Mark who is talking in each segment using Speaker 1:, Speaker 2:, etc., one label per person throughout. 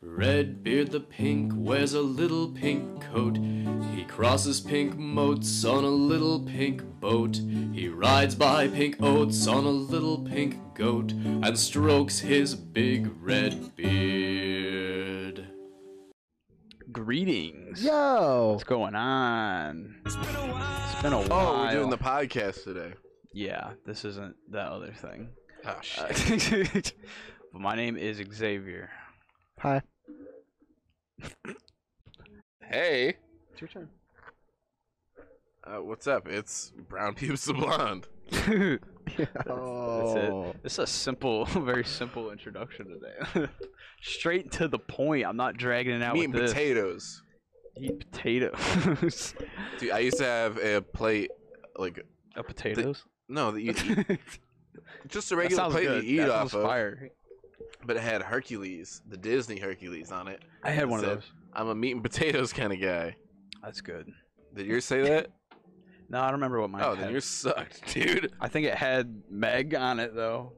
Speaker 1: Redbeard the Pink wears a little pink coat. He crosses pink moats on a little pink boat. He rides by pink oats on a little pink goat and strokes his big red beard.
Speaker 2: Greetings.
Speaker 3: Yo.
Speaker 2: What's going on? It's been a while.
Speaker 4: Oh, we're doing the podcast today.
Speaker 2: yeah, this isn't that other thing.
Speaker 4: Oh shit.
Speaker 2: Uh, but my name is Xavier.
Speaker 3: Hi.
Speaker 4: hey.
Speaker 3: It's your turn.
Speaker 4: Uh, what's up? It's Brown Pubes the Blonde.
Speaker 2: this
Speaker 3: Oh.
Speaker 2: is a simple, very simple introduction today. Straight to the point. I'm not dragging it out
Speaker 4: Meat
Speaker 2: with
Speaker 4: and
Speaker 2: this.
Speaker 4: potatoes.
Speaker 2: Eat potatoes.
Speaker 4: Dude, I used to have a plate like
Speaker 2: Uh, potatoes.
Speaker 4: no, that you eat,
Speaker 2: That
Speaker 4: just a regular
Speaker 2: sounds
Speaker 4: plate
Speaker 2: good.
Speaker 4: you eat
Speaker 2: That
Speaker 4: off
Speaker 2: sounds
Speaker 4: of,
Speaker 2: fire.
Speaker 4: but it had Hercules, the Disney Hercules on it.
Speaker 2: I had one of
Speaker 4: That's
Speaker 2: those.
Speaker 4: I'm a meat and potatoes kind of guy.
Speaker 2: That's good.
Speaker 4: Did yours say that?
Speaker 2: No, I don't remember what mine
Speaker 4: oh,
Speaker 2: had.
Speaker 4: then yours sucked, dude.
Speaker 2: I think it had Meg on it though.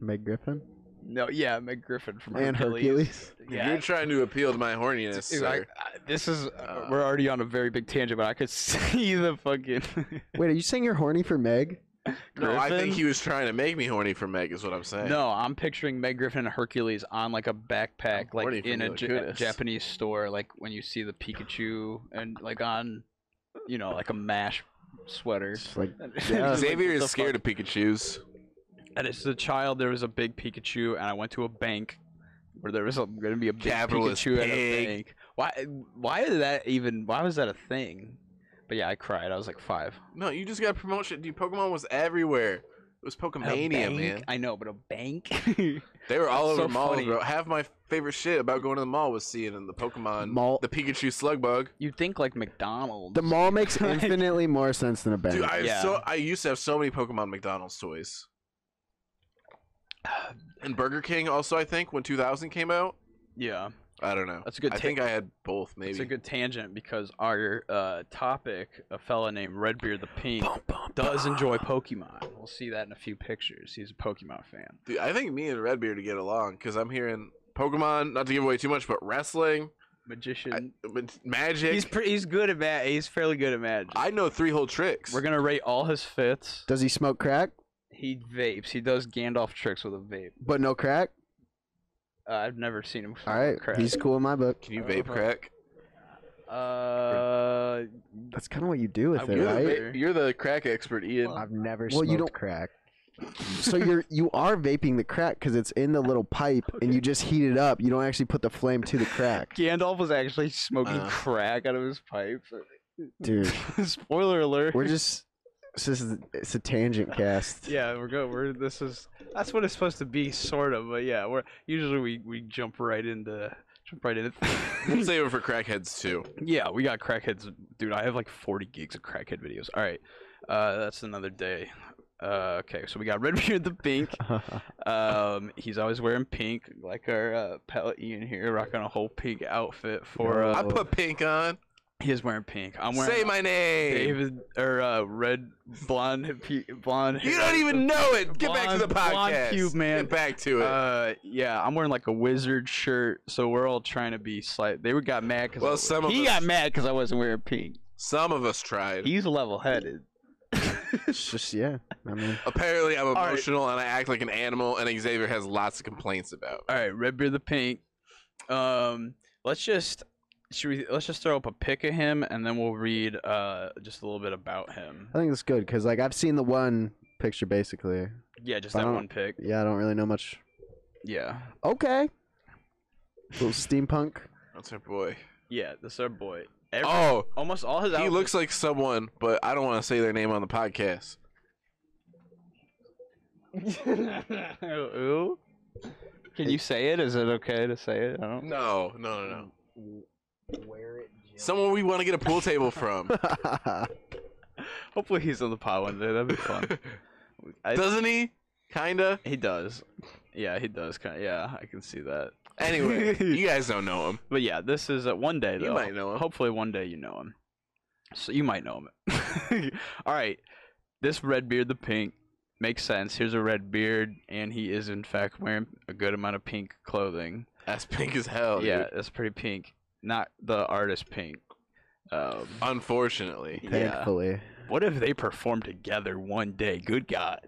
Speaker 3: Meg Griffin.
Speaker 2: No, yeah, Meg Griffin from
Speaker 3: And Hercules.
Speaker 2: Yeah,
Speaker 4: You're trying to appeal to my horniness,
Speaker 2: Dude, I-
Speaker 4: sir.
Speaker 2: I- this is
Speaker 4: Uh,
Speaker 2: we're already on a very big tangent, but I could see the fucking.
Speaker 3: Wait, are you saying you're horny for Meg?
Speaker 4: No, I
Speaker 2: Griffin?
Speaker 4: think he was trying to make me horny for Meg. Is what I'm saying.
Speaker 2: no, I'm picturing Meg Griffin and Hercules on like a backpack,
Speaker 4: I'm horny
Speaker 2: like
Speaker 4: for
Speaker 2: in a
Speaker 4: Mila
Speaker 2: Ja-
Speaker 4: Kunis.
Speaker 2: Japanese store, like when you see the Pikachu and like on, you know, like a mash sweater.
Speaker 3: It's like
Speaker 2: Like,
Speaker 4: Xavier
Speaker 2: what the
Speaker 4: is scared of Pikachu's.
Speaker 2: And as a child, there was a big Pikachu, and I went to a bank where there was a, gonna be a big
Speaker 4: Capitalist
Speaker 2: Pikachu at a
Speaker 4: pig.
Speaker 2: bank. Why? Why did that even? Why was that a thing? But yeah, I cried. I was like five.
Speaker 4: No, you just got promotion, dude. Pokemon was everywhere. It was
Speaker 2: At a
Speaker 4: Pokemania,
Speaker 2: bank?
Speaker 4: man.
Speaker 2: I know, but a bank.
Speaker 4: They were all
Speaker 2: That's
Speaker 4: over
Speaker 2: so
Speaker 4: malls,
Speaker 2: funny.
Speaker 4: bro. Half my favorite shit about going to the mall was seeing the Pokemon,
Speaker 3: Mall-
Speaker 4: the Pikachu Slugbug.
Speaker 2: you think like McDonald's?
Speaker 3: the mall makes
Speaker 2: Like-
Speaker 3: infinitely more sense than a bank.
Speaker 4: Dude, I have
Speaker 2: Yeah.
Speaker 4: so I used to have so many Pokemon McDonald's toys. And Burger King also, I think, when 2000 came out.
Speaker 2: yeah,
Speaker 4: I don't know.
Speaker 2: That's a good
Speaker 4: I
Speaker 2: ta-
Speaker 4: think I had both, maybe.
Speaker 2: it's a good tangent because our uh, topic, a fella named Redbeard the Pink, does enjoy Pokemon. We'll see that in a few pictures. He's a Pokemon fan.
Speaker 4: Dude, I think me and Redbeard get along because I'm hearing Pokemon. Not to give away too much, but wrestling,
Speaker 2: Magician.
Speaker 4: I, but magic.
Speaker 2: He's pretty. He's good at that. He's fairly good at magic.
Speaker 4: I know three whole tricks.
Speaker 2: We're gonna rate all his fits.
Speaker 3: Does he smoke crack?
Speaker 2: He vapes. He does Gandalf tricks with a vape.
Speaker 3: But no crack.
Speaker 2: Uh, I've never seen him.
Speaker 3: All right,
Speaker 2: crack.
Speaker 3: he's cool in my book.
Speaker 4: Can you vape
Speaker 2: Uh-huh.
Speaker 4: crack?
Speaker 2: Uh,
Speaker 3: That's kind of what you do with
Speaker 2: I
Speaker 3: it,
Speaker 2: would-
Speaker 4: You're,
Speaker 3: right?
Speaker 4: the, va- you're the crack expert, Ian.
Speaker 3: I've
Speaker 5: never
Speaker 3: Well, you don't crack. so you're you are vaping the crack because it's in the little pipe, and you just heat it up. You don't actually put the flame to the crack,
Speaker 2: Gandalf was actually smoking
Speaker 4: Uh.
Speaker 2: crack out of his pipe.
Speaker 3: dude.
Speaker 2: Spoiler alert.
Speaker 3: We're just this is it's a tangent cast.
Speaker 2: yeah, we're good. We're this is that's what it's supposed to be, sort of. But yeah, we're usually we we jump right into jump right into.
Speaker 4: We'll save it for crackheads too.
Speaker 2: Yeah, we got crackheads, dude. I have like 40 gigs of crackhead videos. All right, uh, that's another day. Uh, okay, so we got Redbeard the Pink. Um, he's always wearing pink, like our uh, palette Ian here, rocking a whole pink outfit for.
Speaker 3: No.
Speaker 4: I
Speaker 2: Uh,
Speaker 4: put pink on.
Speaker 2: he is wearing pink. I'm wearing
Speaker 4: Say my name.
Speaker 2: David or uh, red blonde pe- blonde.
Speaker 4: You
Speaker 2: hair.
Speaker 4: don't even know it. Get back to the
Speaker 2: Blonde- blonde
Speaker 4: podcast.
Speaker 2: cube, man.
Speaker 4: Get back to it.
Speaker 2: Uh, yeah, I'm wearing like a wizard shirt, so we're all trying to be slight. They were got mad because
Speaker 4: Well, some of
Speaker 2: he
Speaker 4: us-
Speaker 2: got mad because I wasn't wearing pink.
Speaker 4: Some of us tried.
Speaker 2: He's level-headed.
Speaker 3: It's just yeah. I mean,
Speaker 4: Apparently, I'm
Speaker 2: right.
Speaker 4: emotional and I act like an animal, and Xavier has lots of complaints about.
Speaker 2: All right, Redbeard the Pink. Um, let's just should we let's just throw up a pic of him and then we'll read uh just a little bit about him.
Speaker 3: I think that's good because like I've seen the one picture basically.
Speaker 2: Yeah, just
Speaker 3: I
Speaker 2: that
Speaker 3: don't-
Speaker 2: one pic.
Speaker 3: Yeah, I don't really know much.
Speaker 2: Yeah,
Speaker 3: Okay. Little steampunk.
Speaker 4: That's our boy.
Speaker 2: yeah, that's our boy. Every,
Speaker 4: Oh,
Speaker 2: almost all his
Speaker 4: he
Speaker 2: outfits-
Speaker 4: looks like someone, but I don't want to say their name on the podcast.
Speaker 2: Ooh. Can you say it? Is it okay to say it? I don't.
Speaker 4: No, no, no, no.
Speaker 5: wear it.
Speaker 4: Someone we want to get a pool table from.
Speaker 2: Hopefully he's on the pod one day. That'd be fun. I-
Speaker 4: Doesn't he? Kinda.
Speaker 2: he does. Yeah, he does. Kind of. Yeah, I can see that.
Speaker 4: Anyway, you guys don't know him.
Speaker 2: But yeah, this is uh, one day
Speaker 4: You
Speaker 2: though.
Speaker 4: might know him.
Speaker 2: Hopefully, one day you know him. So you might know him. All right, this red beard, the pink, Makes sense. Here's a red beard, and he is in fact wearing a good amount of pink clothing.
Speaker 4: That's pink as hell.
Speaker 2: yeah,
Speaker 4: Yeah.
Speaker 2: that's pretty pink. Not the artist pink. Um,
Speaker 4: Unfortunately.
Speaker 2: yeah.
Speaker 3: Thankfully.
Speaker 2: What if they perform together one day? Good God,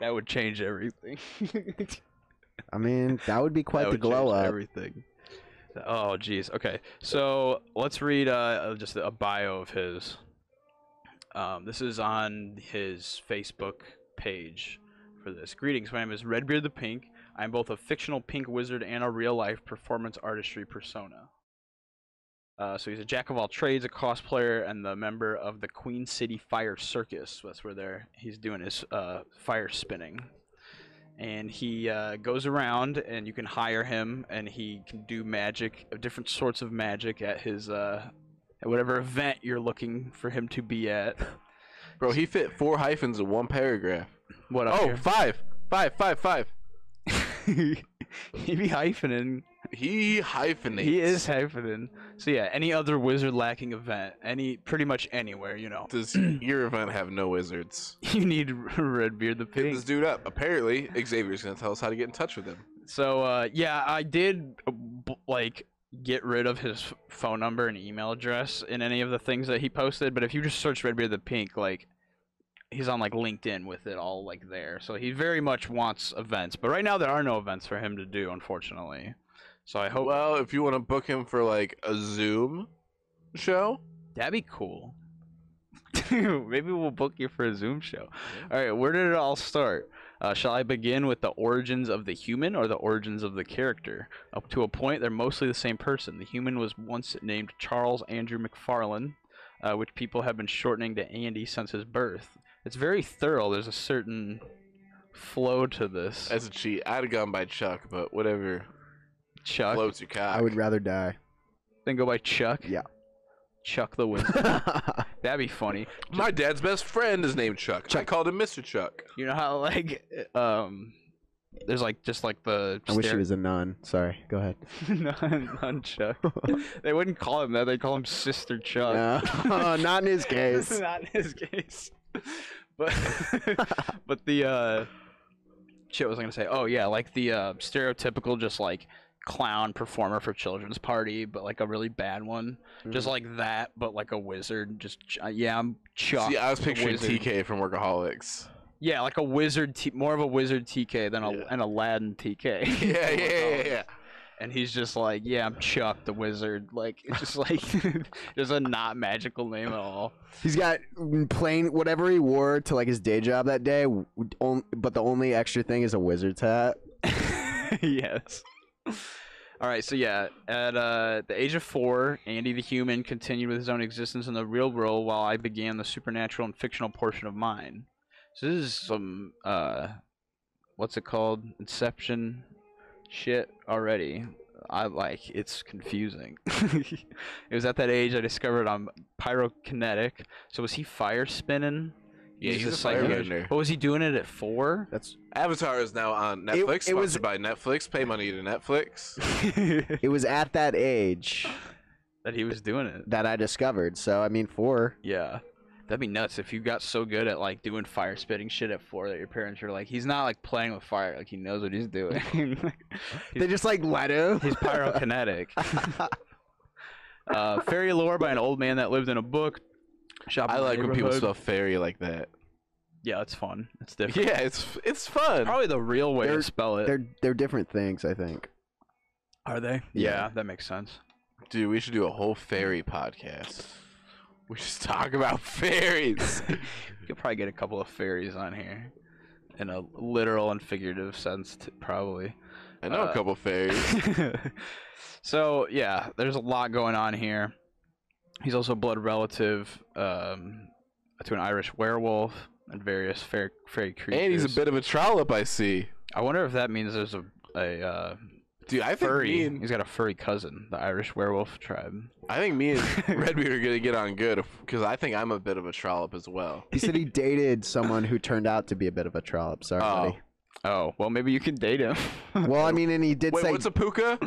Speaker 2: that would change everything.
Speaker 3: I mean, that would be quite
Speaker 2: That
Speaker 3: the
Speaker 2: would change
Speaker 3: glow up.
Speaker 2: Everything. Oh geez. Okay. So let's read uh, uh, just a bio of his. Um, this is on his Facebook page for this. Greetings. My name is Redbeard the Pink. I'm both a fictional pink wizard and a real life performance artistry persona. Uh, so he's a jack of all trades, a cosplayer, and the member of the Queen City Fire Circus. That's where they're, he's doing his uh, fire spinning and he uh, goes around and you can hire him and he can do magic uh, different sorts of magic at his uh, at whatever event you're looking for him to be at
Speaker 4: Bro, he fit four hyphens in one paragraph.
Speaker 2: what up
Speaker 4: Oh, five. Five, five, five.
Speaker 2: here? he be hyphening
Speaker 4: He hyphenates.
Speaker 2: he is hyphening so yeah any other wizard lacking event any pretty much anywhere you know
Speaker 4: Does your event have no wizards?
Speaker 2: you need redbeard the
Speaker 4: Hit
Speaker 2: pig
Speaker 4: this dude up. Apparently, Xavier's gonna tell us how to get in touch with him.
Speaker 2: So uh, yeah, I did uh, b- like get rid of his f- phone number and email address in any of the things that he posted. But if you just search Redbeard the Pink, like he's on like LinkedIn with it all like there. So he very much wants events, but right now there are no events for him to do, unfortunately. So I hope
Speaker 4: Well, if you want to book him for like a Zoom show,
Speaker 2: that'd be cool. Maybe we'll book you for a Zoom show. All right, where did it all start? Uh, shall I begin with the origins of the human or the origins of the character? Up to a point, they're mostly the same person. The human was once named Charles Andrew McFarlane, uh, which people have been shortening to Andy since his birth. It's very thorough. There's a certain flow to this.
Speaker 4: that's a cheat. I'd have gone by Chuck, but whatever
Speaker 2: Chuck,
Speaker 4: floats your cock.
Speaker 3: I would rather die.
Speaker 2: then go by Chuck.
Speaker 3: Yeah.
Speaker 2: Chuck the Wizard. That'd be funny.
Speaker 4: My dad's best friend is named Chuck. I called him Mr. Chuck.
Speaker 2: You know how like um, there's like just like the.
Speaker 3: I wish he
Speaker 2: stere-
Speaker 3: was a nun. Sorry. Go ahead.
Speaker 2: non, non Chuck. they wouldn't call him that. They would call him Sister Chuck.
Speaker 3: No, Oh, not in his case.
Speaker 2: Not in his case. But but the uh, shit was I gonna say? Oh yeah, like the uh, stereotypical just like clown performer for children's party, but like a really bad one, just
Speaker 3: Mm.
Speaker 2: like that, but like a wizard. Just ch- uh, yeah, I'm Chuck.
Speaker 4: See, I was
Speaker 2: the
Speaker 4: picturing
Speaker 2: wizard.
Speaker 4: TK from Workaholics.
Speaker 2: Yeah, like a wizard, t- more of a wizard TK than a, an Aladdin TK.
Speaker 4: Yeah, yeah, yeah, yeah.
Speaker 2: and he's just like, "Yeah, I'm Chuck the Wizard." Like, it's just like, just a not magical name at all.
Speaker 3: He's got plain whatever he wore to like his day job that day, w- on- but the only extra thing is a wizard's hat.
Speaker 2: yes. All right, so yeah, at uh, the age of four, Andy the human continued with his own existence in the real world, while I began the supernatural and fictional portion of mine. So this is some uh, what's it called? Inception shit already. I like it's confusing. it was at that age I discovered I'm pyrokinetic. So was he fire spinning?
Speaker 4: Yeah, he's a
Speaker 2: psychic-
Speaker 4: firebender.
Speaker 2: But was he doing it at four?
Speaker 3: That's
Speaker 4: Avatar is now on Netflix.
Speaker 3: it
Speaker 4: It,
Speaker 3: was-
Speaker 4: was by Netflix. Pay money to Netflix.
Speaker 2: that
Speaker 3: it was at that age
Speaker 2: he was doing it.
Speaker 3: that I discovered. So I mean, four.
Speaker 2: Yeah. That'd be nuts if you got so good at like doing fire spitting shit at four that your parents were like, he's not like playing with fire, like he knows what he's doing.
Speaker 3: They just like let him.
Speaker 2: he's pyrokinetic. uh, fairy lore by an old man that lived in a book. Shop
Speaker 4: I
Speaker 2: in my
Speaker 4: like when people
Speaker 2: neighborhood.
Speaker 4: spell fairy like that.
Speaker 2: Yeah, it's fun. It's different.
Speaker 4: Yeah, it's it's fun.
Speaker 2: Probably the real way
Speaker 3: They're-
Speaker 2: to spell it.
Speaker 3: They're they're different things, I think.
Speaker 2: Are they?
Speaker 3: Yeah.
Speaker 2: yeah, that makes sense.
Speaker 4: Dude, we should do a whole fairy podcast. We just talk about fairies.
Speaker 2: You'll probably get a couple of fairies on here, in a literal and figurative sense, t- probably.
Speaker 4: I know
Speaker 2: Uh,
Speaker 4: a couple fairies.
Speaker 2: so yeah, there's a lot going on here. He's also a blood relative um, to an Irish werewolf and various fair, fairy creatures.
Speaker 4: And he's a bit of a trollop, I see.
Speaker 2: I wonder if that means there's a a uh,
Speaker 4: Dude, I think
Speaker 2: furry.
Speaker 4: me and,
Speaker 2: He's got a furry cousin, the Irish werewolf tribe.
Speaker 4: I think me and Redbeard are gonna get on good because I think I'm a bit of a trollop as well.
Speaker 3: He said he dated someone who turned out to be a bit of a trollop. Sorry,
Speaker 4: Oh.
Speaker 3: buddy.
Speaker 2: Oh well, maybe you can date him.
Speaker 3: Well, I mean, and he did
Speaker 4: Wait,
Speaker 3: say
Speaker 4: what's a puka?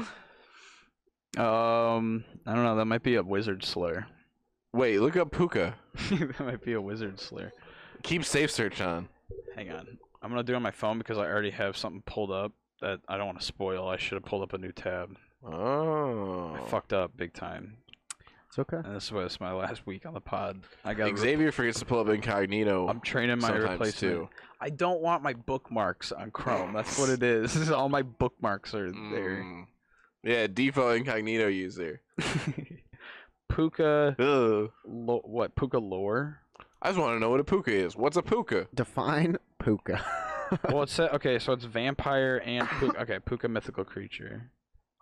Speaker 2: um, I don't know. That might be a wizard slur.
Speaker 4: Wait, look up puka.
Speaker 2: that might be a wizard slur.
Speaker 4: Keep safe search on.
Speaker 2: Hang on. I'm gonna do it on my phone because I already have something pulled up that I don't want to spoil. I should have pulled up a new tab.
Speaker 4: Oh.
Speaker 2: I fucked up big time.
Speaker 3: It's okay.
Speaker 2: And this was my last week on the pod. I got.
Speaker 4: Xavier forgets to pull up incognito.
Speaker 2: I'm training my
Speaker 4: sometimes
Speaker 2: replacement.
Speaker 4: too.
Speaker 2: I don't want my bookmarks on Chrome. That's what it is. all my bookmarks are there.
Speaker 4: Mm. Yeah, default incognito user.
Speaker 3: Mm.
Speaker 2: Puka,
Speaker 4: Ugh.
Speaker 2: lo- what? Puka lore.
Speaker 4: I just want to know what a puka is. What's a puka?
Speaker 3: Define puka.
Speaker 2: well, it's okay. So it's vampire and Puka. Okay, Puka mythical creature.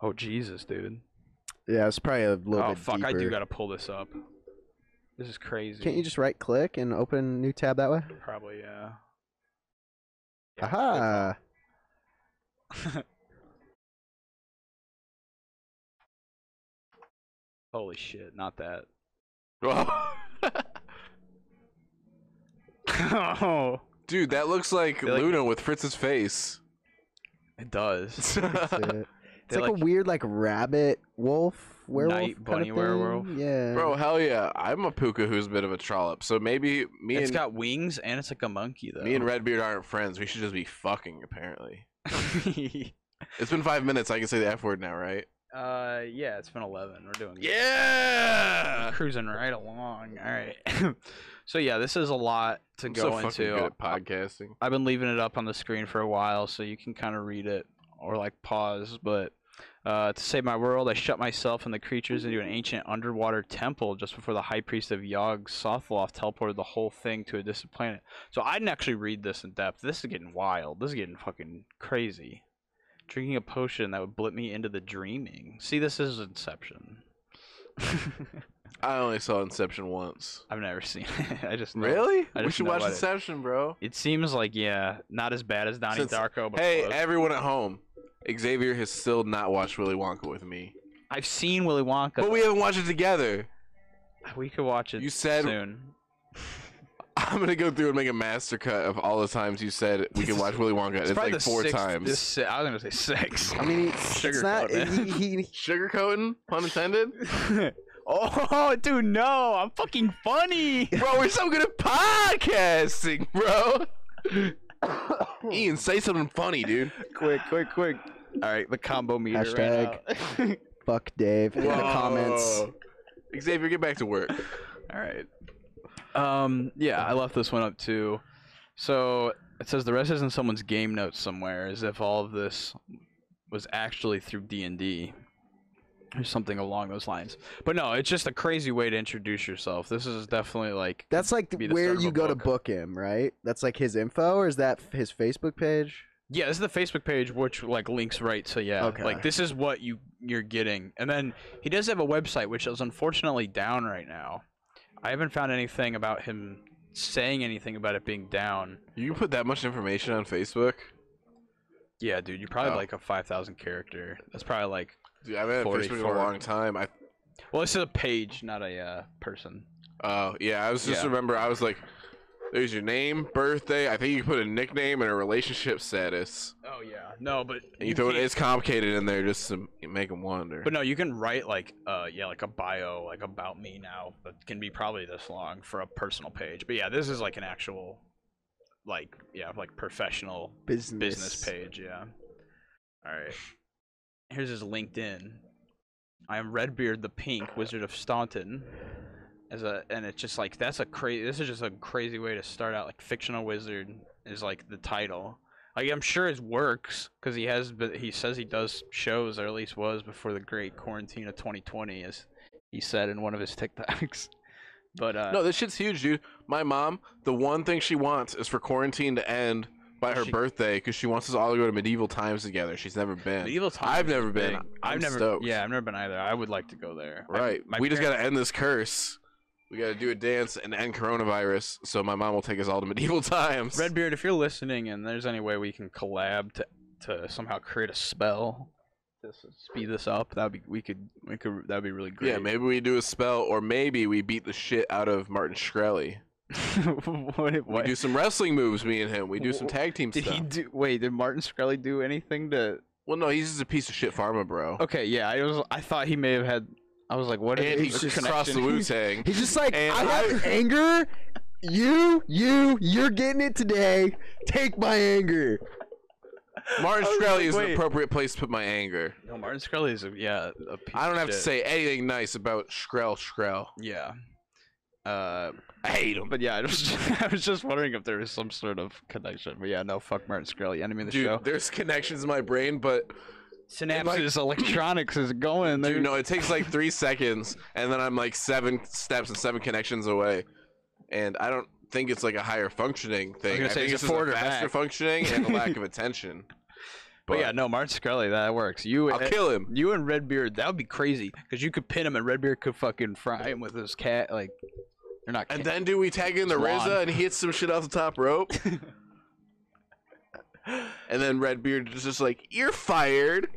Speaker 2: Oh Jesus, dude.
Speaker 3: yeah, it's probably a little
Speaker 2: Oh
Speaker 3: bit
Speaker 2: fuck, I do
Speaker 3: deeper.
Speaker 2: gotta pull this up. This is crazy.
Speaker 3: Can't you just right click and open new tab that way?
Speaker 2: probably yeah?
Speaker 3: Aha!
Speaker 2: Holy shit, not that. oh,
Speaker 4: Dude, that looks like
Speaker 2: They like-
Speaker 4: Luna with Fritz's face.
Speaker 2: it does.
Speaker 3: That's it. It's
Speaker 2: They
Speaker 3: like, a weird like rabbit wolf werewolf
Speaker 2: Night
Speaker 3: kind
Speaker 2: bunny
Speaker 3: of thing.
Speaker 2: werewolf.
Speaker 3: Yeah.
Speaker 4: Bro, hell yeah. I'm a puka who's a bit of a trollop. So maybe me
Speaker 2: It's
Speaker 4: and
Speaker 2: got wings and it's like a monkey though.
Speaker 4: me and Redbeard aren't friends. We should just be fucking apparently.
Speaker 2: Red.
Speaker 4: It's been 5 minutes. I can say the F word now, right?
Speaker 2: uh, yeah, it's been eleven. We're doing good. Uh,
Speaker 4: Yeah.
Speaker 2: cruising right along. All right. so yeah, this is a lot to
Speaker 4: I'm
Speaker 2: go
Speaker 4: so fucking
Speaker 2: into.
Speaker 4: good at podcasting.
Speaker 2: I've been leaving it up on the screen for a while, so you can kind of read it or like pause. But uh, to save my world, I shut myself and the creatures into an ancient underwater temple just before the high priest of Yog Sothloth teleported the whole thing to a distant planet. So I didn't actually read this in depth. This is getting wild. This is getting fucking crazy. Drinking a potion that would blip me into the dreaming. See, this is Inception.
Speaker 4: I only saw Inception once.
Speaker 2: I've never seen it. I just know.
Speaker 4: Really?
Speaker 2: I
Speaker 4: we
Speaker 2: just
Speaker 4: should
Speaker 2: know
Speaker 4: watch
Speaker 2: about it.
Speaker 4: Inception, bro.
Speaker 2: It seems like yeah, not as bad as Donnie
Speaker 4: Since-
Speaker 2: Darko, but
Speaker 4: Hey,
Speaker 2: close.
Speaker 4: everyone at home. Xavier has still not watched Willy Wonka with me.
Speaker 2: I've seen Willy Wonka.
Speaker 4: But we haven't watched it together.
Speaker 2: We could watch it.
Speaker 4: You said-
Speaker 2: soon.
Speaker 4: I'm gonna go through and make a master cut of all the times you said we can watch Willy Wonka. It's,
Speaker 2: probably
Speaker 4: like
Speaker 2: the
Speaker 4: four
Speaker 2: sixth-
Speaker 4: times.
Speaker 2: this si- I was gonna say six.
Speaker 3: I mean, it's, it's
Speaker 2: Sugarcoat
Speaker 3: not.
Speaker 2: it.
Speaker 3: He, he,
Speaker 4: Sugarcoating, pun intended.
Speaker 2: oh, dude, no! I'm fucking funny.
Speaker 4: bro, we're so good at podcasting, bro. Ian, say something funny, dude.
Speaker 2: quick, quick, quick! All right, the combo meter. right
Speaker 3: Hashtag.
Speaker 2: now.
Speaker 3: fuck Dave in the comments.
Speaker 4: Whoa. Xavier, get back to work.
Speaker 2: All right. Um. Yeah, I left this one up too. So it says the rest is in someone's game notes somewhere, as if all of this was actually through D and D or something along those lines. But no, it's just a crazy way to introduce yourself. This is definitely like
Speaker 3: That's like
Speaker 2: Be the
Speaker 3: where
Speaker 2: start of
Speaker 3: you
Speaker 2: a
Speaker 3: go to
Speaker 2: book.
Speaker 3: book him, right? That's like his info, or is that f- his Facebook page?
Speaker 2: Yeah, this is the Facebook page, which like links right to yeah.
Speaker 3: Okay.
Speaker 2: Like this is what you you're getting, and then he does have a website, which is unfortunately down right now. I haven't found anything about him saying anything about it being down.
Speaker 4: You can put that much information on Facebook.
Speaker 2: Yeah, dude, you're probably
Speaker 4: Oh.
Speaker 2: like a five thousand character. That's probably like
Speaker 4: Dude, I've been on Facebook in a
Speaker 2: 44.
Speaker 4: long time. I
Speaker 2: well, this is a page, not a uh, person.
Speaker 4: Oh yeah, I was just
Speaker 2: Yeah.
Speaker 4: remember I was like, there's your name, birthday. I think you put a nickname and a relationship status,
Speaker 2: Oh yeah, no, but
Speaker 4: and you throw it.
Speaker 2: can't-
Speaker 4: It's complicated in there just to make them wonder.
Speaker 2: But no, you can write like uh yeah, like a bio like about me now that can be probably this long for a personal page. But yeah, this is like an actual like yeah, like professional
Speaker 3: Business.
Speaker 2: business page, yeah. All right. Here's his LinkedIn. I am Redbeard the Pink, Wizard of Staunton. As a and it's just like that's a crazy this is just a crazy way to start out like fictional wizard is like the title. Like I'm sure it works cuz he has but he says he does shows or at least was before the great quarantine of 2020 as he said in one of his TikToks. But uh
Speaker 4: No, this shit's huge, dude. My mom, the one thing she wants is for quarantine to end by her
Speaker 2: She-
Speaker 4: birthday because she wants us all to go to medieval times together. She's never been.
Speaker 2: Medieval times.
Speaker 4: I've never been.
Speaker 2: Big.
Speaker 4: I'm
Speaker 2: have never.
Speaker 4: stoked.
Speaker 2: Yeah, I've never been either. I would like to go there. I-
Speaker 4: right.
Speaker 2: my
Speaker 4: we just
Speaker 2: parents-
Speaker 4: gotta end this curse. We gotta do a dance and end coronavirus, so my mom will take us all to medieval times.
Speaker 2: Redbeard, if you're listening, and there's any way we can collab to to somehow create a spell to s- speed this up, that would be we could we could that would be really great.
Speaker 4: Yeah, maybe we do a spell, or maybe we beat the shit out of Martin Shkreli.
Speaker 2: what? if-
Speaker 4: We
Speaker 2: what?
Speaker 4: do some wrestling moves, me and him. We do some
Speaker 2: Wh-
Speaker 4: tag team
Speaker 2: Did
Speaker 4: stuff.
Speaker 2: he do? Wait, did Martin Scully do anything to?
Speaker 4: well, no, he's just a piece of shit farmer, bro.
Speaker 2: Okay, yeah, I was I thought he may have had. I was like, what?
Speaker 4: And
Speaker 2: is
Speaker 4: he
Speaker 2: the
Speaker 4: just crossed the
Speaker 2: connection?
Speaker 4: Wu Tang.
Speaker 3: He's just like
Speaker 4: And
Speaker 3: I have anger you, you, you're getting it today. Take my anger.
Speaker 4: Martin
Speaker 2: I was
Speaker 4: Shkreli
Speaker 2: like,
Speaker 4: is an
Speaker 2: wait.
Speaker 4: appropriate place to put my anger.
Speaker 2: No, Martin Scully is a, yeah. A piece
Speaker 4: I don't
Speaker 2: of
Speaker 4: have to
Speaker 2: shit.
Speaker 4: say anything nice about Shkrel Shkrel.
Speaker 2: Yeah. Uh,
Speaker 4: I hate him.
Speaker 2: but yeah, I was I was just wondering if there was some sort of connection. But yeah, no, fuck Martin Scully, enemy of the
Speaker 4: Dude,
Speaker 2: show.
Speaker 4: there's connections in my brain, but
Speaker 2: Synapses Electronics is going. There.
Speaker 4: dude, no, it takes like three seconds, and then I'm like seven steps and seven connections away, and I don't think it's like a higher functioning thing.
Speaker 2: gonna
Speaker 4: I
Speaker 2: say,
Speaker 4: think
Speaker 2: is it
Speaker 4: it's just
Speaker 2: forward
Speaker 4: a
Speaker 2: or
Speaker 4: faster
Speaker 2: back?
Speaker 4: functioning and a lack of attention.
Speaker 2: but yeah, no, Martin Scully, that works. You,
Speaker 4: I'll kill him.
Speaker 2: you and Redbeard, that would be crazy because you could pin him and Redbeard could fucking fry him with his cat. Like, they're not.
Speaker 4: And
Speaker 2: cat-
Speaker 4: then, do we tag in the
Speaker 2: Swan.
Speaker 4: RZA and he hits some shit off the top rope? and then Redbeard is just like, "You're fired."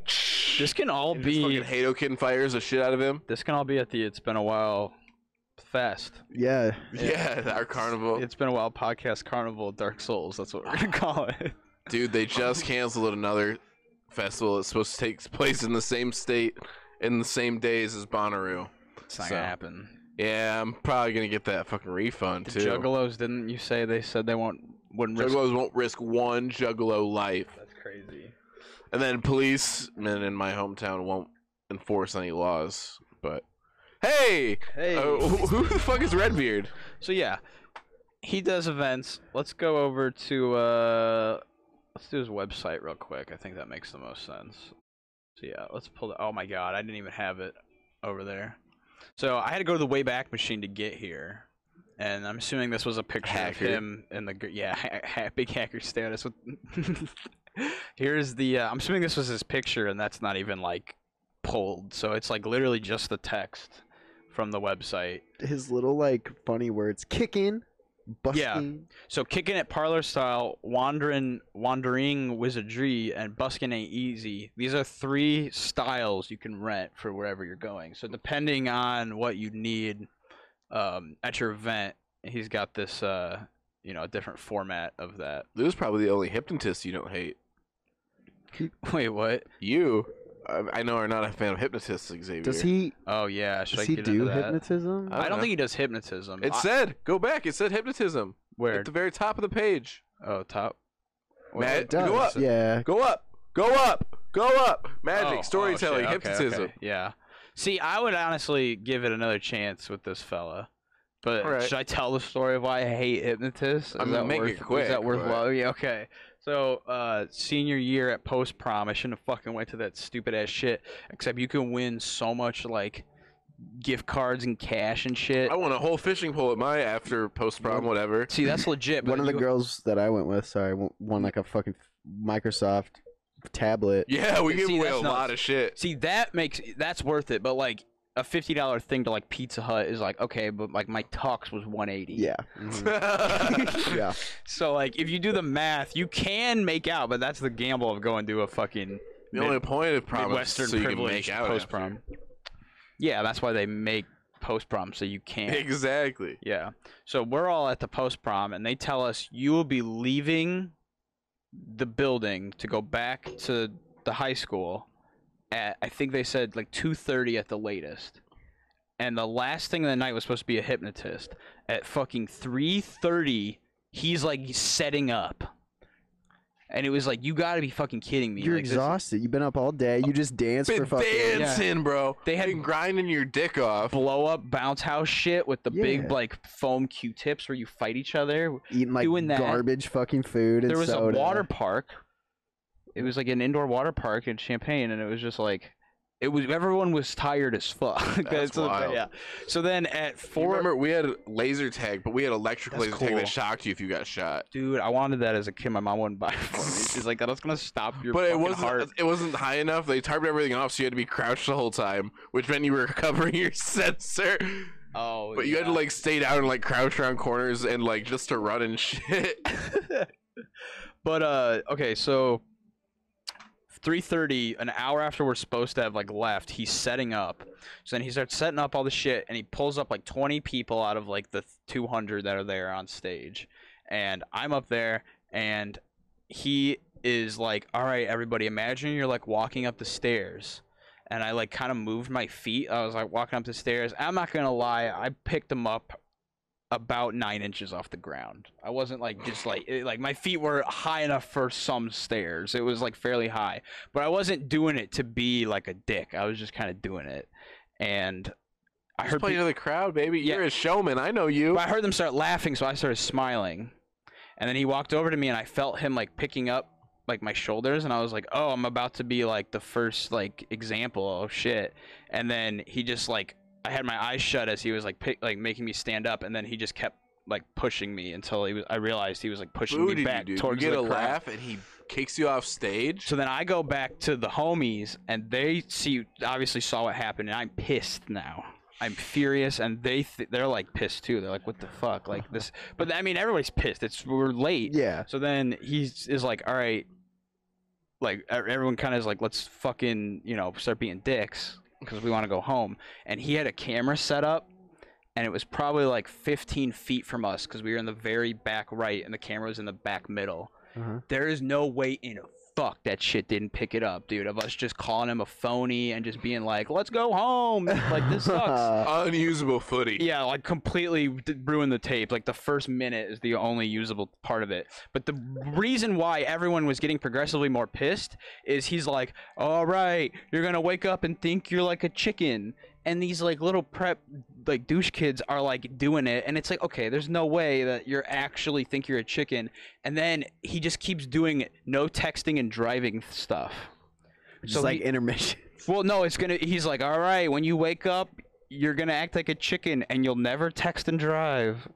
Speaker 2: this can all
Speaker 4: And just
Speaker 2: be.
Speaker 4: fucking Hadoken fires the shit out of him.
Speaker 2: This can all be at the. It's been a while. Fest.
Speaker 3: Yeah.
Speaker 4: Yeah, our carnival.
Speaker 2: It's been a while. Podcast Carnival Dark Souls. That's what we're gonna call it.
Speaker 4: Dude, they just canceled another festival that's supposed to take place in the same state in the same days as Bonnaroo.
Speaker 2: It's not
Speaker 4: So,
Speaker 2: gonna happen.
Speaker 4: Yeah, I'm probably gonna get that fucking refund
Speaker 2: The
Speaker 4: too.
Speaker 2: Juggalos, didn't you say they said they won't wouldn't risk?
Speaker 4: Juggalos won't risk one juggalo life,
Speaker 2: That's crazy.
Speaker 4: and then policemen in my hometown won't enforce any laws. But hey,
Speaker 2: Hey.
Speaker 4: uh, who, who the fuck is Redbeard?
Speaker 2: So yeah, he does events. Let's go over to uh, let's do his website real quick. I think that makes the most sense. So yeah, let's pull. The, oh my god, I didn't even have it over there. So I had to go to the Wayback Machine to get here, and I'm assuming this was a picture
Speaker 4: Hacker.
Speaker 2: of him in the gr- yeah ha- ha- big hacker status. With here's the uh, I'm assuming this was his picture, and that's not even like pulled. So it's like literally just the text from the website.
Speaker 3: His little like funny words kicking, busting.
Speaker 2: So kicking it parlor style, wandering wandering wizardry, and busking ain't easy. These are three styles you can rent for wherever you're going. So depending on what you need um, at your event, he's got this uh, you know a different format of that.
Speaker 4: This is probably the only hypnotist you don't hate.
Speaker 2: Wait, what?
Speaker 4: You, I, I know, are not a fan of hypnotists, Xavier.
Speaker 3: Does he
Speaker 2: Oh yeah, should
Speaker 3: does
Speaker 2: I
Speaker 3: he
Speaker 2: get into
Speaker 3: do
Speaker 2: that?
Speaker 3: hypnotism?
Speaker 2: I don't,
Speaker 4: know.
Speaker 2: think he does hypnotism.
Speaker 4: It
Speaker 2: I-
Speaker 4: said, go back. It said hypnotism
Speaker 2: where?
Speaker 4: at the very top of the page.
Speaker 2: Oh, top.
Speaker 4: Ma-
Speaker 3: It does.
Speaker 4: go up.
Speaker 3: Yeah.
Speaker 4: Go up. Go up. Go up. Magic,
Speaker 2: Oh, oh,
Speaker 4: storytelling,
Speaker 2: shit, okay, okay,
Speaker 4: hypnotism.
Speaker 2: Yeah. See, I would honestly give it another chance with this fella. But
Speaker 4: All right.
Speaker 2: should I tell the story of why I hate hypnotists? Is
Speaker 4: I mean,
Speaker 2: that
Speaker 4: make it
Speaker 2: worth,
Speaker 4: quick,
Speaker 2: Is that
Speaker 4: but-
Speaker 2: worthwhile? Yeah, okay. So, uh, senior year at post prom, I shouldn't have fucking went to that stupid ass shit. Except you can win so much like gift cards and cash and shit.
Speaker 4: I won a whole fishing pole at my after post prom, whatever.
Speaker 2: See, that's legit. But
Speaker 3: One of the
Speaker 2: you-
Speaker 3: girls that I went with, sorry, won- won like a fucking Microsoft tablet.
Speaker 4: Yeah, we
Speaker 2: See,
Speaker 4: give away a
Speaker 2: that's not-
Speaker 4: lot of shit.
Speaker 2: See, that makes that's worth it. But like a fifty dollar thing to like Pizza Hut is like okay, but like my tux was one eighty.
Speaker 3: Yeah. Mm-hmm. Yeah.
Speaker 2: So like if you do the math, you can make out, but that's the gamble of going to a fucking
Speaker 4: the only point of prom is
Speaker 2: Midwestern
Speaker 4: so you can
Speaker 2: privileged
Speaker 4: make out.
Speaker 2: post
Speaker 4: after.
Speaker 2: prom. Yeah, that's why they make post prom so you can't.
Speaker 4: Exactly.
Speaker 2: Yeah. So we're all at the post prom and they tell us you will be leaving the building to go back to the high school at I think they said like 2:30 at the latest. And the last thing of the night was supposed to be a hypnotist. At fucking 3:30, he's like setting up. And it was like you got to be fucking kidding me.
Speaker 3: You're
Speaker 2: like, this-
Speaker 3: exhausted. You've been up all day. You just dance
Speaker 4: Been
Speaker 3: for fucking
Speaker 4: dancing, bro.
Speaker 2: They had-
Speaker 4: been grinding your dick off.
Speaker 2: blow up bounce house shit with the
Speaker 3: Yeah.
Speaker 2: big like foam Q-tips where you fight each other.
Speaker 3: eating like
Speaker 2: doing that.
Speaker 3: garbage fucking food and
Speaker 2: there was
Speaker 3: soda.
Speaker 2: a water park. It was like an indoor water park in Champagne, and it was just like it was. Everyone was tired as fuck.
Speaker 4: That's
Speaker 2: so,
Speaker 4: wild.
Speaker 2: Yeah. So then at
Speaker 4: You
Speaker 2: four,
Speaker 4: remember we had laser tag, but we had electric
Speaker 2: That's
Speaker 4: laser tag
Speaker 2: cool.
Speaker 4: that shocked you if you got shot.
Speaker 2: dude, I wanted that as a kid. My mom wouldn't buy it for me. She's like, "That's gonna stop your
Speaker 4: But it
Speaker 2: fucking
Speaker 4: wasn't
Speaker 2: heart."
Speaker 4: it wasn't high enough. They tarped everything off, so you had to be crouched the whole time, which meant you were covering your sensor.
Speaker 2: Oh,
Speaker 4: But you had to
Speaker 2: yeah.
Speaker 4: like stay down and like crouch around corners and like just to run and shit.
Speaker 2: But uh, okay, so three thirty, an hour after we're supposed to have like left, he's setting up. So then he starts setting up all the shit, and he pulls up like twenty people out of like the two hundred that are there on stage, and I'm up there, and he is like, "All right, everybody, imagine you're like walking up the stairs." And I like kind of moved my feet. I was like walking up the stairs. I'm not gonna lie, I picked them up about nine inches off the ground. I wasn't like just like it, like my feet were high enough for some stairs. It was like fairly high, but I wasn't doing it to be like a dick. I was just kind of doing it, and I
Speaker 4: Just
Speaker 2: heard
Speaker 4: play
Speaker 2: peop-
Speaker 4: to the crowd, baby.
Speaker 2: Yeah.
Speaker 4: You're a showman. I know you.
Speaker 2: but I heard them start laughing, so I started smiling. And then he walked over to me, and I felt him like picking up like my shoulders, and I was like, "Oh, I'm about to be like the first like example." Oh shit! And then he just like I had my eyes shut as he was like pick, like making me stand up, and then he just kept like pushing me until he was. I realized he was like pushing
Speaker 4: Booted
Speaker 2: me
Speaker 4: you,
Speaker 2: back
Speaker 4: dude. You
Speaker 2: towards
Speaker 4: get
Speaker 2: the
Speaker 4: a
Speaker 2: crowd.
Speaker 4: laugh, and he kicks you off stage.
Speaker 2: So then I go back to the homies, and they see obviously saw what happened, and I'm pissed now. I'm furious, and they th- they're like pissed too. They're like, "What the fuck?" Like this, but I mean, everybody's pissed. It's we're late.
Speaker 3: Yeah.
Speaker 2: So then he is like, "All right," like e- everyone kind of is like, "Let's fucking you know start being dicks because we want to go home." And he had a camera set up, and it was probably like 15 feet from us because we were in the very back right, and the camera was in the back middle.
Speaker 3: Uh-huh.
Speaker 2: There is no way in fuck that shit didn't pick it up, dude. Of us just calling him a phony and just being like, "Let's go home," like this sucks.
Speaker 4: Unusable footy.
Speaker 2: Yeah, like completely d- ruined the tape. Like the first minute is the only usable part of it. But the reason why everyone was getting progressively more pissed is he's like, "All right, you're gonna wake up and think you're like a chicken." And these like little prep like douche kids are like doing it, and it's like, okay, there's no way that you're actually think you're a chicken. And then he just keeps doing no texting and driving stuff.
Speaker 3: just like
Speaker 2: he-
Speaker 3: intermission.
Speaker 2: well, no, it's gonna. He's like, all right, when you wake up, you're gonna act like a chicken, and you'll never text and drive.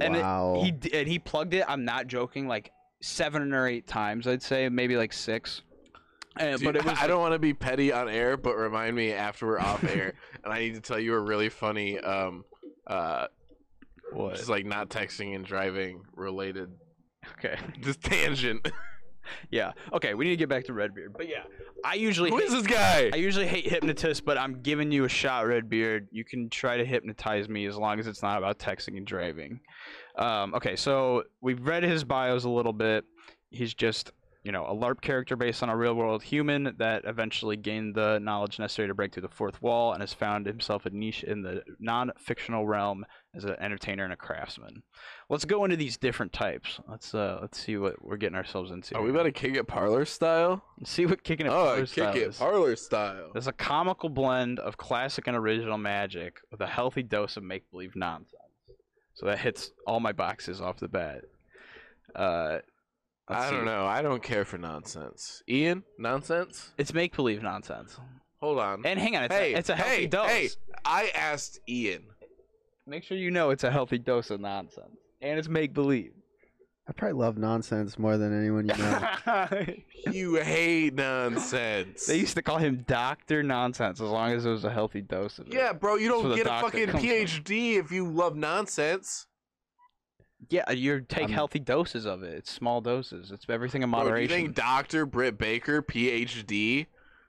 Speaker 2: And it-
Speaker 3: wow.
Speaker 2: he d- and he plugged it. I'm not joking. Like seven or eight times, I'd say, maybe like six. Uh,
Speaker 4: Dude,
Speaker 2: but it was.
Speaker 4: I don't want to be petty on air, but remind me after we're off air, and I need to tell you a really funny, um, uh,
Speaker 2: What?
Speaker 4: just like not texting and driving related
Speaker 2: Okay.
Speaker 4: this tangent.
Speaker 2: Yeah. Okay. We need to get back to Redbeard. But yeah, I usually.
Speaker 4: Who
Speaker 2: hate-
Speaker 4: is this guy?
Speaker 2: I usually hate hypnotists, but I'm giving you a shot, Redbeard. You can try to hypnotize me as long as it's not about texting and driving. Um, okay, so we've read his bios a little bit. He's just, you know, a LARP character based on a real world human that eventually gained the knowledge necessary to break through the fourth wall and has found himself a niche in the non fictional realm as an entertainer and a craftsman. Let's go into these different types. Let's uh, let's see what we're getting ourselves into.
Speaker 4: Are we about to kick it parlor style?
Speaker 2: see what kicking it
Speaker 4: Oh,
Speaker 2: first
Speaker 4: kick
Speaker 2: style
Speaker 4: it
Speaker 2: is.
Speaker 4: parlor style.
Speaker 2: There's a comical blend of classic and original magic with a healthy dose of make believe nonsense. So that hits all my boxes off the bat. Uh, let's
Speaker 4: I don't
Speaker 2: see.
Speaker 4: know. I don't care for nonsense. Ian, nonsense.
Speaker 2: It's make believe nonsense.
Speaker 4: Hold on.
Speaker 2: And hang on, it's,
Speaker 4: hey,
Speaker 2: a, it's a healthy
Speaker 4: hey,
Speaker 2: dose.
Speaker 4: Hey, I asked Ian.
Speaker 2: Make sure you know it's a healthy dose of nonsense. And it's make believe.
Speaker 3: I probably love nonsense more than anyone you know.
Speaker 2: they
Speaker 4: You hate nonsense.
Speaker 2: used to call him Dr. Nonsense as long as it was a healthy dose of it.
Speaker 4: yeah, bro. You
Speaker 2: That's where
Speaker 4: don't
Speaker 2: the
Speaker 4: get a
Speaker 2: doctor
Speaker 4: fucking
Speaker 2: comes from.
Speaker 4: PhD if you love nonsense.
Speaker 2: Yeah, you take
Speaker 3: I'm-
Speaker 2: healthy doses of it. It's small doses. It's everything in
Speaker 4: Bro, do
Speaker 2: moderation.
Speaker 4: you think Dr. Britt Baker, PhD?